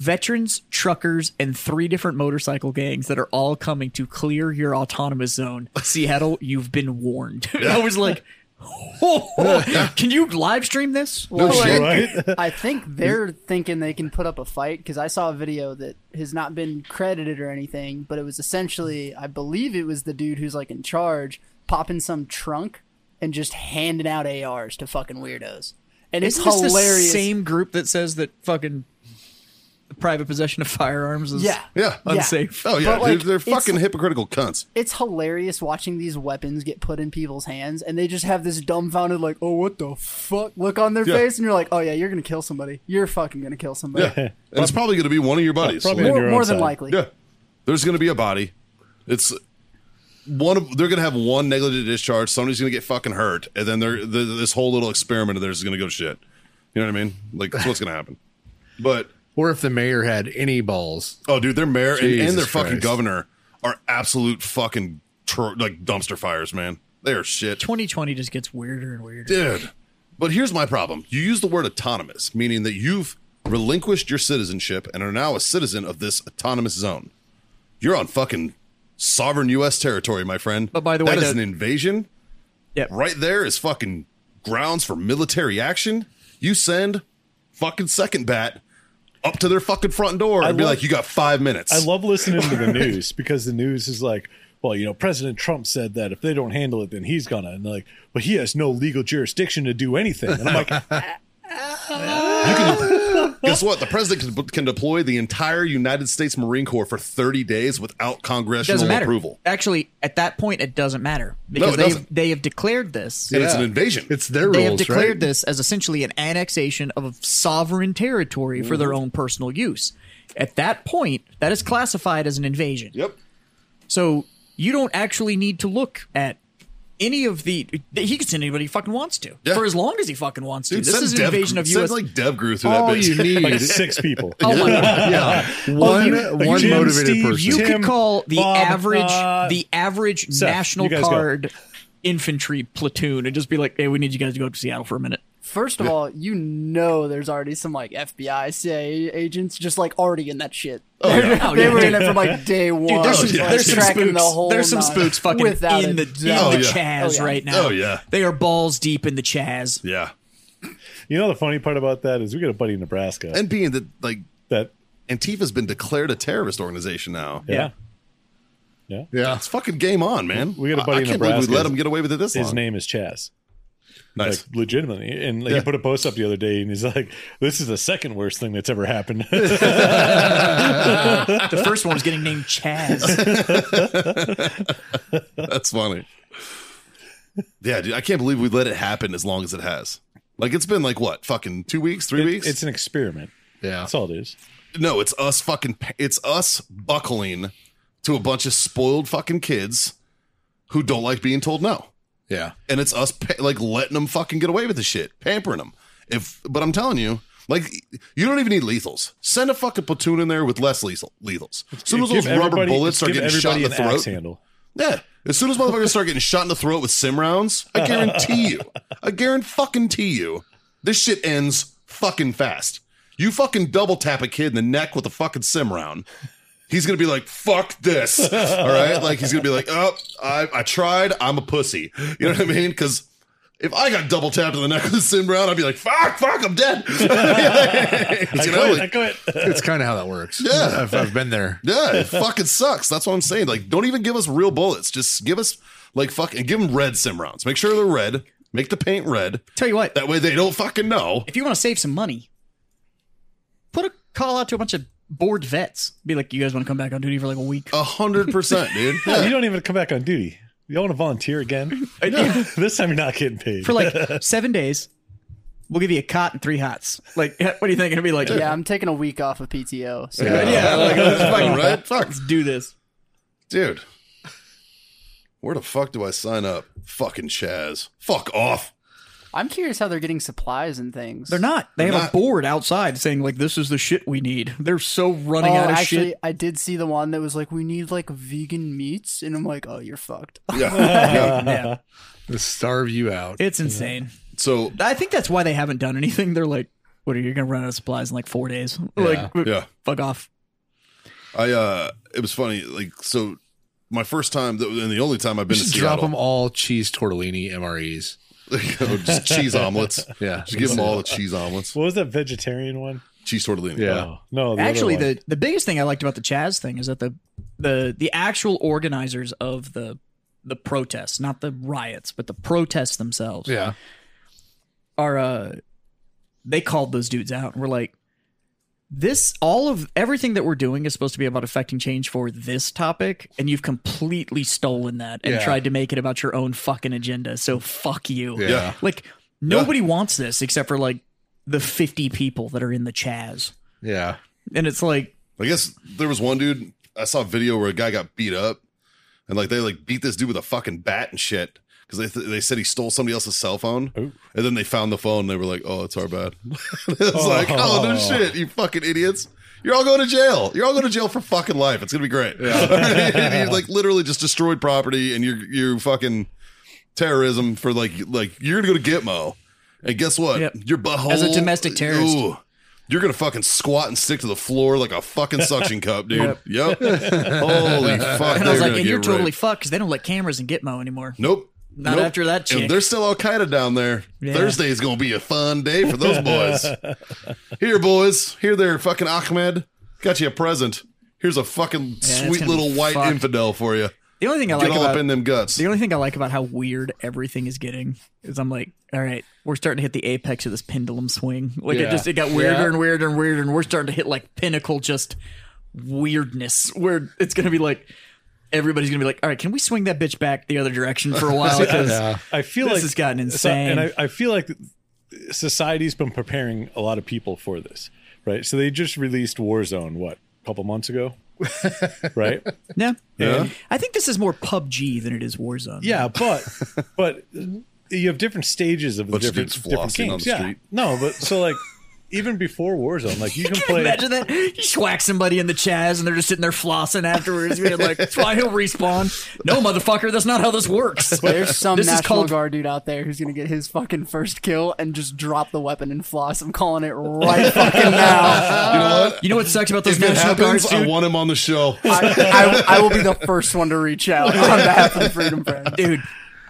B: veterans truckers and three different motorcycle gangs that are all coming to clear your autonomous zone seattle you've been warned <laughs> i was like oh, can you live stream this
C: No
F: Well,
C: Oh, shit.
D: Right?
F: I think they're thinking they can put up a fight because I saw a video that has not been credited or anything, but it was essentially, I believe it was the dude who's like in charge popping some trunk and just handing out ARs to fucking weirdos. And it's
B: Isn't this the
F: hilarious.
B: same group that says that fucking private possession of firearms is
F: yeah.
C: Yeah.
B: unsafe
C: Oh yeah,
F: But, like,
C: they're, they're
F: it's-
C: fucking hypocritical cunts.
F: It's hilarious watching these weapons get put in people's hands and they just have this dumbfounded, like, oh, what the fuck look on their
C: Yeah.
F: face. And you're like, oh, yeah, you're going to kill somebody. You're fucking going to kill somebody.
C: <laughs> And it's probably going to be one of your buddies.
D: probably.
C: Like,
D: On
F: More,
D: your own
F: more than
D: side.
F: likely.
C: yeah, there's going to be a body. It's one of they're going to have one negligent discharge. Somebody's going to get fucking hurt, and then they're, th this whole little experiment of theirs is going to go to shit. You know what I mean? Like that's what's going to happen. But
A: Or if the mayor had any balls.
C: oh, dude, their mayor and, and
A: Jesus
C: their fucking
A: Christ.
C: governor are absolute fucking tr- like dumpster fires, man. They are shit.
B: 2020 just gets weirder and weirder
C: Dude. But here's my problem. You use the word autonomous, meaning that you've relinquished your citizenship and are now a citizen of this autonomous zone. You're on fucking sovereign U.S. territory, my friend.
B: But by the way,
C: that is
B: the-
C: an invasion.
B: Yep.
C: Right there is fucking grounds for military action. You send fucking second bat up to their fucking front door and be
D: love-
C: like, you got five minutes.
D: I love listening to the news because the news is like, well, you know, President Trump said that if they don't handle it, then he's gonna. And they're like, well, he has no legal jurisdiction to do anything. And I'm like,
C: <laughs> Guess what? The president can, can deploy the entire United States Marine Corps for 30 days without congressional
B: doesn't matter
C: approval.
B: actually at that point it doesn't matter because
C: it
B: they have,
C: doesn't.
B: they have declared this
C: And it's
A: Yeah.
C: an invasion.
A: It's their
B: they
A: rules,
B: have declared
A: right?
B: this as essentially an annexation of sovereign territory for
C: Mm-hmm.
B: their own personal use. At that point, that is classified as an invasion.
C: Yep.
B: So you don't actually need to look at any of the. He can send anybody he fucking wants to
C: Yeah.
B: for as long as he fucking wants to.
C: Dude,
B: this
C: send
B: is an
C: Dev-
B: invasion of
C: send,
B: U.S.
C: like Dev grew through
A: All
C: that bitch.
A: you
C: <laughs>
A: need.
D: like six people.
B: oh my god.
A: <laughs> yeah. One,
D: like
A: one
D: Jim,
A: motivated
D: Steve,
A: person.
B: You
D: Tim,
B: could call the
D: Bob,
B: average
D: uh,
B: the average
D: Seth,
B: national
D: you guys go.
B: guard infantry platoon and just be like, hey, we need you guys to go up to Seattle for a minute.
F: First of all, you know there's already some like FBI, CIA agents just like already in that shit.
B: <laughs> Oh,
F: they
B: yeah,
F: were in
B: dude.
F: it from like day one.
B: Dude, there's some,
C: Oh, yeah.
B: there's some
F: Like, tracking
B: spooks.
F: The whole
B: there's some
F: nine.
B: spooks fucking
F: Without
B: in <laughs>
F: a
B: the
F: doubt.
C: Oh,
B: in the
C: yeah.
B: Chaz
F: Oh, yeah.
B: right now.
C: Oh, yeah.
B: they are balls deep in the Chaz.
C: Yeah.
D: You know the funny part about that is we got a buddy in Nebraska
C: And being that like
D: that
C: Antifa's been declared a terrorist organization now.
D: yeah.
A: yeah.
C: It's fucking game on, man.
D: We got a
C: I-
D: buddy
C: I
D: in
C: can't believe
D: Nebraska.
C: we let him get away with it this
D: His
C: long.
D: name is Chaz.
C: nice.
D: Like legitimately. And like,
C: Yeah.
D: he put a post up the other day and he's like, This is the second worst thing that's ever
C: <laughs>
D: happened.
B: The first one was getting named <laughs> Chaz.
C: That's funny. yeah, dude. I can't believe we let it happen as long as it has. Like it's been like what, fucking two weeks, three weeks?
D: it's an experiment.
A: Yeah.
D: That's all it is.
C: no, it's us fucking. pa- It's us buckling to a bunch of spoiled fucking kids who don't like being told no.
A: Yeah.
C: and it's us pa- like letting them fucking get away with the shit, pampering them. If but I'm telling you, like you don't even need lethals. Send a fucking platoon in there with less lethal lethals. As soon as
D: Give
C: those rubber
D: everybody-
C: bullets start
D: give
C: getting shot in the
D: everybody an axe
C: throat,
D: handle.
C: yeah. As soon as motherfuckers start getting shot in the throat with sim rounds, I guarantee you, I guarantee fucking tee you, this shit ends fucking fast. You fucking double tap a kid in the neck with a fucking sim round. He's gonna be like, "Fuck this," all right? Like he's gonna be like, "Oh, I, I tried. I'm a pussy." You know what I mean? Because if I got double tapped in the neck with a sim round, I'd be like, "Fuck, fuck, I'm dead." <laughs>
D: I
C: You know,
D: quit,
C: like-
D: I quit.
A: It's kind of how that works.
C: Yeah.
A: I've, I've been there.
C: yeah, it fucking sucks. That's what I'm saying. Like, don't even give us real bullets. Just give us like fucking give them red sim rounds. Make sure they're red. Make the paint red.
B: Tell you what,
C: That way they don't fucking know.
B: if you want to save some money, put a call out to a bunch of bored vets. Be like, you guys want to come back on duty for like a week?
C: A hundred percent, dude.
D: <laughs> you
C: Yeah.
D: don't even come back on duty. You want to volunteer again? <laughs> this time you're not getting paid.
B: For like seven days, we'll give you a cot and three hots. Like, <laughs> what do you think? It'll be like,
F: Yeah, I'm taking a week off of PTO. So
B: yeah, like, let's fucking-
C: right? Fuck.
B: let's do this.
C: Dude. Where the fuck do I sign up? Fucking Chaz. Fuck off.
F: I'm curious how they're getting supplies and things.
B: They're not. They have
C: not.
B: a board outside saying like, "This is the shit we need." They're so running
F: Oh,
B: out of
F: actually,
B: shit.
F: I did see the one that was like, "We need like vegan meats," and I'm like, "Oh,
B: <laughs>
F: you're fucked."
C: Yeah.
B: Yeah,
A: They starve you out.
B: it's insane.
C: So
B: I think that's why they haven't done anything. They're like, "What are you gonna run out of supplies in like four days?" Like,
C: yeah.
B: fuck off.
C: I uh it was funny like so my first time th- and the only time I've been to
A: Just
C: Seattle.
A: drop them all cheese tortellini MREs.
C: Oh, <laughs> just cheese omelets.
A: Yeah.
C: Just give them all the cheese omelets.
D: What was that vegetarian one?
C: Cheese tortellini.
A: Yeah.
D: Oh, no, the other
B: Actually,
D: one.
B: the the biggest thing I liked about the Chaz thing is that the the the actual organizers of the the protests, not the riots, but the protests themselves,
A: Yeah.
B: are uh they called those dudes out and were like this all of everything that we're doing is supposed to be about affecting change for this topic and you've completely stolen that and
A: Yeah.
B: tried to make it about your own fucking agenda so fuck you
A: Yeah.
C: Yeah.
B: like nobody wants this except for like the 50 people that are in the chaz
A: Yeah.
B: and it's like
C: I guess there was one dude I saw a video where a guy got beat up, and like they like beat this dude with a fucking bat and shit because they th- they said he stole somebody else's cell phone,
D: Ooh.
C: and then they found the phone and they were like, "Oh, it's our bad." <laughs> it's like, "Oh no shit, you fucking idiots." You're all going to jail. You're all going to jail for fucking life. It's gonna be great. <laughs> you like literally just destroyed property and you're you're fucking terrorism for like like you're gonna go to Gitmo, and guess what?
B: Yep.
C: Your butthole
B: As a domestic terrorist.
C: Ooh. You're gonna fucking squat and stick to the floor like a fucking suction cup, dude. Yep.
B: <laughs>
C: Holy fuck!
B: and i was
C: they're
B: like
C: gonna
B: and you're
C: get
B: totally
C: raped.
B: fucked because they don't let cameras in gitmo anymore
C: nope.
B: Not
C: Nope.
B: after that chick.
C: If there's still Al Qaeda down there,
B: Yeah.
C: Thursday's gonna be a fun day for those
B: <laughs>
C: boys. Here, boys. Here, there, fucking Ahmed. Got you a present. Here's a fucking
B: it's
C: sweet
B: gonna
C: little
B: be
C: white
B: fucked.
C: infidel for you.
B: the only thing i
C: Get
B: like
C: all up
B: about
C: in them guts.
B: The only thing I like about how weird everything is getting is I'm like, all right, we're starting to hit the apex of this pendulum swing. Like
A: Yeah.
B: it just it got weirder
A: Yeah.
B: and weirder and weirder, and we're starting to hit like pinnacle just weirdness where it's gonna be like everybody's gonna be like, all right, can we swing that bitch back the other direction for a while? <laughs> 'Cause
D: I feel
B: This
D: like
B: has gotten
D: so-
B: insane.
D: and I, I feel like society's been preparing a lot of people for this, right? So they just released Warzone what a couple months
B: <laughs>
D: ago, right?
B: yeah.
D: Yeah.
B: I think this is more PUBG than it is Warzone.
D: Yeah, but but you have different stages of the
C: Bunch of
D: different,
C: dudes
D: different
C: flossing on
D: games.
C: the
D: yeah,
C: street.
D: no, but so like even before Warzone, like you can,
B: Can you
D: play.
B: <laughs> imagine that? You just whack somebody in the chaz and they're just sitting there flossing afterwards. You're like, that's why he'll respawn. No, motherfucker, that's not how this works.
F: There's some
B: This is
F: National
B: called- <laughs>
F: Guard dude out there who's gonna get his fucking first kill and just drop the weapon and floss. I'm calling it right fucking now.
B: <laughs>
C: you <laughs> know what?
B: You know what sucks about those
C: If it
B: National Guards,
C: happens,
B: dude?
C: I want him on the
B: <laughs>
C: show.
F: I, I, I will be the first one to reach out on behalf of the Freedom Friends.
B: dude.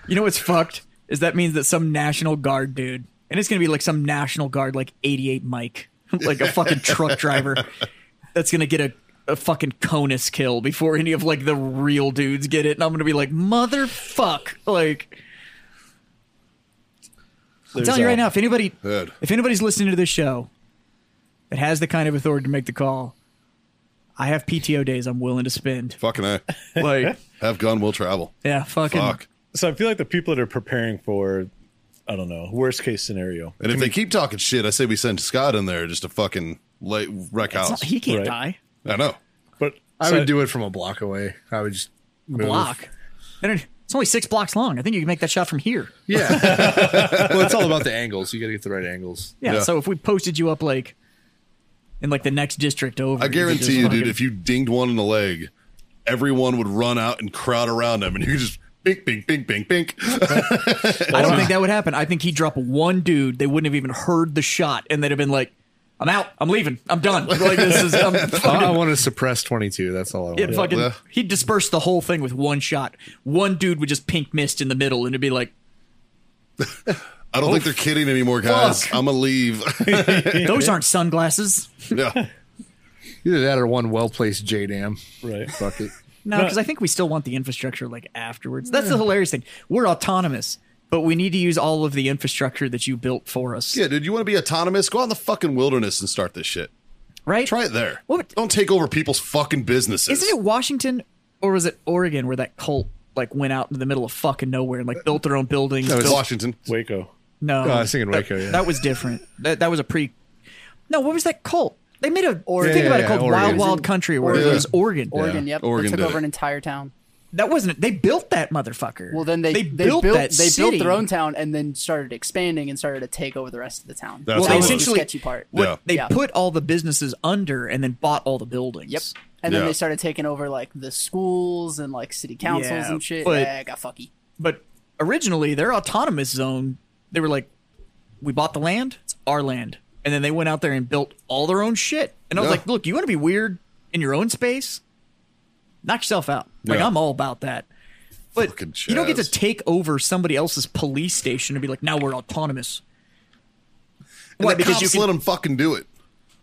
B: You know what's fucked is that means that some National Guard dude, and it's gonna be like some National Guard like 88 Mike, <laughs> like a fucking truck driver, that's gonna get a, a fucking Conus kill before any of like the real dudes get it, and I'm gonna be like, motherfuck, like. I'm
D: There's,
B: telling you
D: uh,
B: right now, if anybody,
C: Good.
B: if anybody's listening to this show, that has the kind of authority to make the call. I have PTO days I'm willing to spend.
C: Fucking I
D: <laughs>
B: Like,
C: have gun, will travel.
B: yeah, fucking.
C: Fuck.
D: So I feel like the people that are preparing for, I don't know, worst case scenario.
C: And if they keep talking shit, I say we send Scott in there just to fucking lay, wreck
B: It's
C: house.
B: not- he can't
D: Right.
B: die.
C: I know.
D: But
A: I
D: so-
A: would do it from a block away. I would just move.
B: block. They don't- It's only six blocks long. I think you can make that shot from here. <laughs>
A: Yeah. well, it's all about the angles. You got to get the right angles.
B: Yeah.
C: Yeah.
B: So if we posted you up like in like the next district over,
C: I
B: could just
C: guarantee you, dude,
B: fucking-
C: if you dinged one in the leg, everyone would run out and crowd around him, and you could just bink, bink, bink, bink, bink.
B: I don't think that would happen. I think he'd drop one dude. They wouldn't have even heard the shot, and they'd have been like, "I'm out. I'm leaving. I'm done." <laughs> Like this
C: <laughs>
B: is. I'm
A: I,
B: fucking,
A: want to suppress 22. That's all I want.
B: it fucking-
C: Yeah.
B: he'd disperse the whole thing with one shot. One dude would just pink mist in the middle, and it'd be like,
C: I don't think they're kidding anymore, guys.
B: fuck.
C: I'm gonna
B: <laughs>
C: leave.
B: "Those aren't sunglasses."
C: yeah,
A: Either that or one well placed J dam.
D: right.
A: Fuck it.
B: No, because I think we still want the infrastructure like afterwards. That's the hilarious thing. We're autonomous, but we need to use all of the infrastructure that you built for us.
C: yeah, dude. You want to be autonomous? Go out in the fucking wilderness and start this shit.
B: Right?
C: Try it there.
B: What-
C: Don't take over people's fucking businesses.
B: Isn't it Washington or was it Oregon where that cult like went out into the middle of fucking nowhere and like built their own buildings?
C: It's
B: built-
C: Washington?
D: Waco.
B: no,
A: Oh, I was thinking Waco. Yeah.
B: that was different. That that was a pre. No, what was that cult? They made a
F: Oregon.
B: thing about
A: Yeah,
B: it called
A: yeah,
B: Wild
A: Oregon.
B: Wild Country, or it
F: Oregon.
B: was Oregon.
F: Oregon, yep.
C: Oregon
F: they
C: did
F: took over
C: it.
F: an entire town.
B: That wasn't. They built that motherfucker.
F: Well, then they they, built,
B: built, that
F: they
B: city.
F: built their own town and then started expanding and started to take over the rest of the town.
C: That's
F: So
C: Well,
F: was the
B: essentially-
F: sketchy part.
B: What-
C: Yeah.
B: They
F: Yeah.
B: put all the businesses under and then bought all the buildings.
F: Yep. And then
C: Yeah.
F: they started taking over like the schools and like city councils
B: Yeah,
F: and shit.
B: but-
F: yeah, I got fucky.
B: But originally, their autonomous zone, they were like, "We bought the land. It's our land." And then they went out there and built all their own shit. And I was
C: Yeah.
B: like, "Look, you want to be weird in your own space? Knock yourself out. Like
C: Yeah.
B: I'm all about that." But
C: Fucking
B: you don't get to
C: Chaz.
B: take over somebody else's police station and be like, "Now we're autonomous."
C: And
B: Why,
C: the
B: because
C: cops
B: you can-
C: let them fucking do it.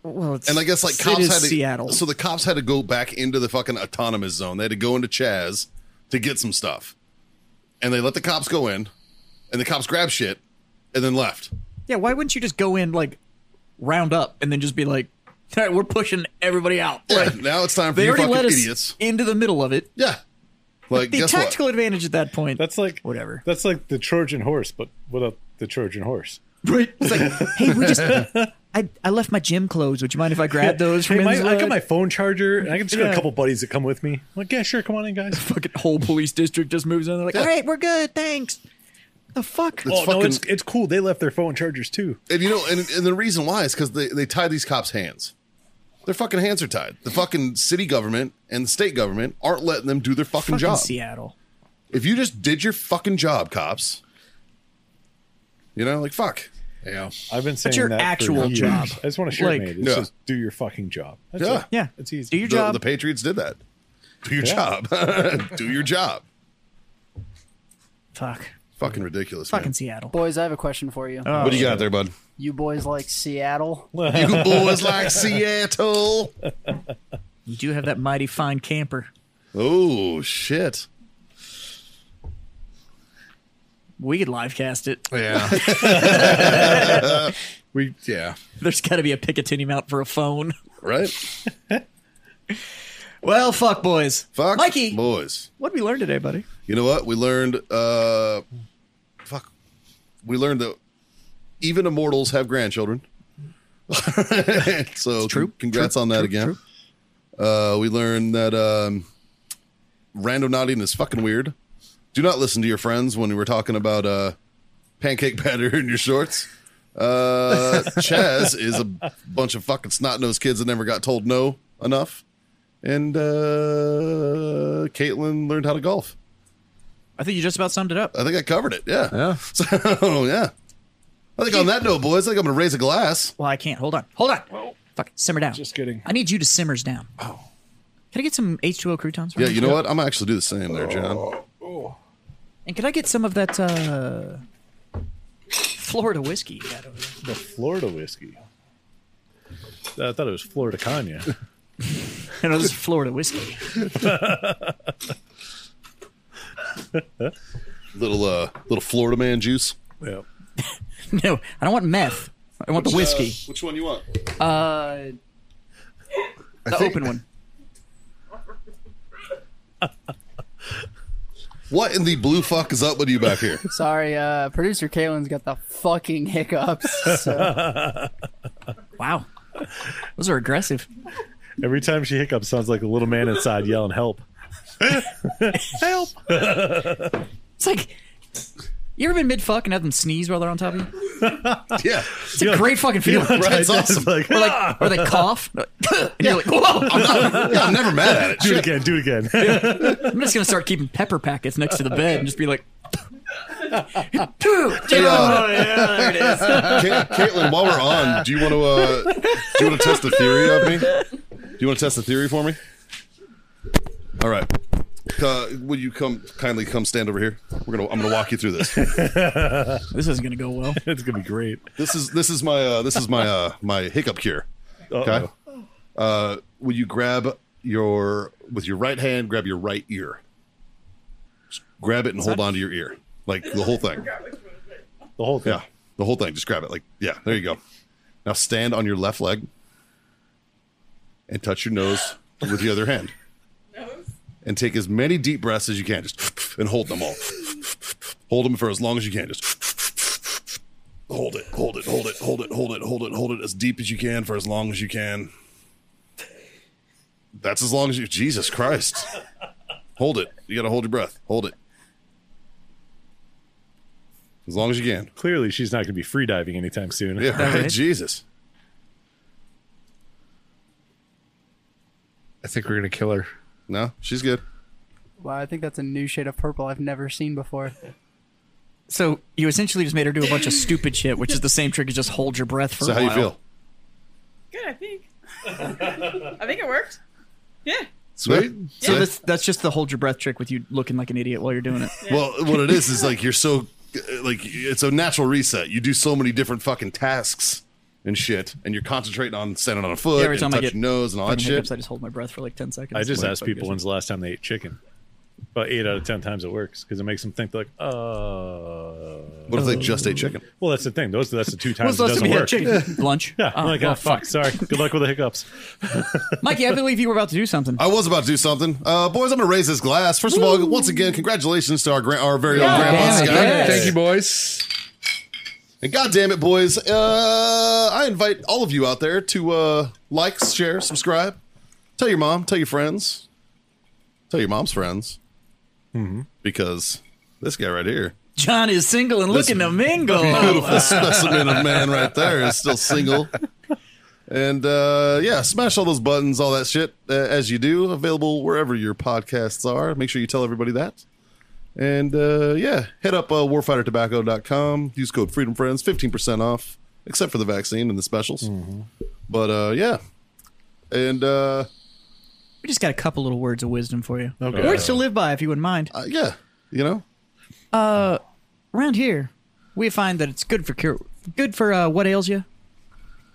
B: Well, it's,
C: And I guess like
B: it
C: cops
B: is
C: had to,
B: Seattle.
C: So the cops had to go back into the fucking autonomous zone. They had to go into Chaz to get some stuff, and they let the cops go in, and the cops grabbed shit, and then left.
B: Yeah, why wouldn't you just go in like round up and then just be like, all right, we're pushing everybody out. Like,
C: Yeah, now it's time for
B: they
C: you
B: already
C: fucking
B: let us
C: idiots.
B: into the middle of it.
C: Yeah, like
B: The
C: guess
B: tactical
C: what?
B: advantage at that point.
D: That's like
B: Whatever.
D: That's like the Trojan horse, but without the Trojan horse.
B: <laughs> right. It's like, hey, we <laughs> just I, I left my gym clothes. Would you mind if I grab those from
D: Hey, my, I
B: inside?
D: got my phone charger, and I just got
B: Yeah.
D: a couple buddies that come with me. I'm like, yeah, sure, come on in, guys.
B: fucking whole police district just moves in. They're like, all right, we're good, thanks. The fuck?
D: oh no,
C: fucking-
D: it's it's cool. They left their phone chargers too.
C: And you know, and, and the reason why is because they they tie these cops' hands. Their fucking hands are tied. The fucking city government and the state government aren't letting them do their fucking,
B: Fucking
C: job.
B: Seattle.
C: If you just did your fucking job, cops, you know, like fuck.
A: Yeah.
D: I've been saying
B: your
D: that for
B: actual
D: years.
B: job.
D: I just want to share
B: Like-
D: made. It's
C: Yeah.
D: just do your fucking job. That's
C: Yeah.
D: it.
B: Yeah.
D: It's easy.
B: Do your
C: the,
B: job.
C: the Patriots did that. Do your
D: Yeah.
C: job. <laughs> Do your job.
B: fuck.
C: Fucking ridiculous.
B: Fucking
C: man.
B: Seattle.
F: Boys, I have a question for you.
B: Uh.
C: What do you got there, bud?
F: you boys like Seattle?
C: You boys like Seattle?
B: You do have that mighty fine camper.
C: Oh shit!
B: We could live cast it.
C: <laughs>
A: Yeah. we yeah.
B: There's got to be a Picatinny mount for a phone. <laughs>
C: Right?
B: Well, fuck, boys.
C: Fuck,
B: Mikey.
C: boys.
B: What did we learn today, buddy?
C: You know what? We learned. uh Fuck. We learned that even immortals have grandchildren. <laughs> so
B: true,
C: Congrats on that again. Uh, we learned that um, random nodding is fucking weird. Do not listen to your friends when we're talking about uh, pancake <laughs> batter in your shorts. Uh, Chaz is a bunch of fucking snot nosed kids that never got told no enough. And uh, Caitlin learned how to golf.
B: I think you just about summed it up.
C: I think I covered it. Yeah.
A: Yeah.
C: <laughs> So, yeah. I think on that note, boys, I think I'm going to raise a glass.
B: Well, I can't. Hold on. Hold on. Fuck. Simmer down.
D: Just kidding.
B: I need you to simmers down. Oh. Can I get some H2O croutons? for
C: Yeah,
B: me?
C: you know what? I'm going to actually do the same there, John.
B: And can I get some of that uh, Florida whiskey <laughs> you got over there?
D: The Florida whiskey. I thought it was Florida Kanye.
B: You know, this is Florida whiskey. <laughs>
C: Little, uh, little Florida man juice.
D: <laughs> yeah.
B: No, I don't want meth. I want the whiskey.
C: which one you want?
B: Uh, the open one.
C: What in the blue fuck is up with you back here?
F: Sorry, uh, producer Caelan's got the fucking hiccups.
B: <laughs>
F: So.
B: Wow. Those are aggressive.
D: Every time she hiccups, sounds like a little man inside yelling help. help!
B: <laughs> It's like, you ever been mid fuck and have them sneeze while they're on top of you?
C: yeah.
B: It's a great fucking feeling.
C: That's awesome.
D: Like, <laughs>
B: Or like, or they cough. <laughs> And you're like, whoa! I'm,
C: Yeah, I'm never mad at it.
D: do
C: Shit.
D: it again. Do it again.
B: I'm just gonna start keeping pepper packets next to the bed and just be like,
D: Oh,
C: uh, Ca- Caitlin, while we're on, do you want to uh, do you want to test the theory of me? Do you want to test the theory for me? All right. Uh, will you come kindly come stand over here? We're gonna I'm gonna walk you through this.
B: <laughs> "This isn't gonna go well."
D: <laughs> it's gonna be great.
C: This is this is my uh, this is my uh, my hiccup cure. Okay. Uh, will you grab your with your right hand? Grab your right ear. Just grab it and hold on to your ear, like the whole thing.
D: The whole thing.
C: Yeah, the whole thing. Just grab it. Like, yeah, there you go. Now stand on your left leg and touch your nose with the other hand,
E: Nose?
C: and take as many deep breaths as you can. Just and hold them all. Hold them for as long as you can. Just hold it, hold it, hold it, hold it, hold it, hold it, hold it as deep as you can for as long as you can. That's as long as you. Jesus Christ. Hold it. You got to hold your breath. Hold it. As long as you can.
D: Clearly, she's not going to be free diving anytime soon.
C: Yeah, right.
B: right?
C: Jesus.
A: I think we're gonna kill her.
C: No, she's good.
F: Wow, I think that's a new shade of purple I've never seen before.
B: So you essentially just made her do a bunch of stupid shit, which is the same trick as just hold your breath for
C: So
B: a
C: how
B: while.
C: you feel?
E: Good, I think. <laughs> I think it worked. Yeah.
C: Sweet.
B: So that's that's just the hold your breath trick with you looking like an idiot while you're doing it.
C: Well, what it is is like you're so like it's a natural reset. You do so many different fucking tasks and shit, and you're concentrating on standing on a foot,
B: Every
C: and
B: time I
C: touch
B: get
C: your nose and all that
B: Fucking
C: shit.
B: hiccups, I just hold my breath for like ten seconds.
D: I just
B: Like,
D: ask
B: fuck
D: people
B: yourself.
D: when's the last time they ate chicken. About eight out of ten times it works because it makes them think like, oh,
C: What if they just ate chicken?
D: well, that's the thing. Those that's the two times
B: When's the
D: it
B: last time
D: doesn't
B: you had
D: work.
B: chicken lunch?
D: Yeah, <laughs>
B: Oh,
D: I'm like,
B: well,
D: oh fuck, sorry. Good luck with the hiccups.
B: Mikey, I believe you were about to do something.
C: <laughs> I was about to do something, uh, boys. I'm gonna raise this glass. First of all, once again, congratulations to our gra- our very own grandpa
B: damn it,
C: Scott.
B: yes.
A: Thank you, boys.
C: And goddamn it, boys, uh, I invite all of you out there to uh, like, share, subscribe, tell your mom, tell your friends, tell your mom's friends, because this guy right here.
B: John is single and looking to mingle.
C: beautiful specimen of man right there is still single. And uh, yeah, smash all those buttons, all that shit, uh, as you do. Available wherever your podcasts are. Make sure you tell everybody that. And uh, yeah, head up uh, warfightertobacco.com. Use code Freedom Friends, 15% off, except for the vaccine and the specials.
B: Mm-hmm.
C: But uh, yeah. And uh,
B: We just got a couple little words of wisdom for you.
D: Okay.
B: Words to live by, if you wouldn't mind.
C: uh, yeah, you know,
B: Around here, we find that it's good for cure, good for uh, what ails you.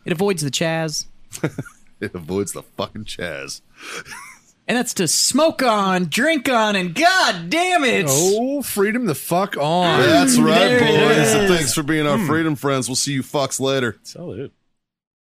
B: It avoids the chaz,
C: it avoids the fucking Chaz.
B: and that's to smoke on, drink on, and god damn it,
A: Oh, freedom the fuck on.
C: That's right,
B: There it
C: boys.
B: is. Hmm.
C: And thanks for being our freedom friends. We'll see you fucks later.
D: Solid.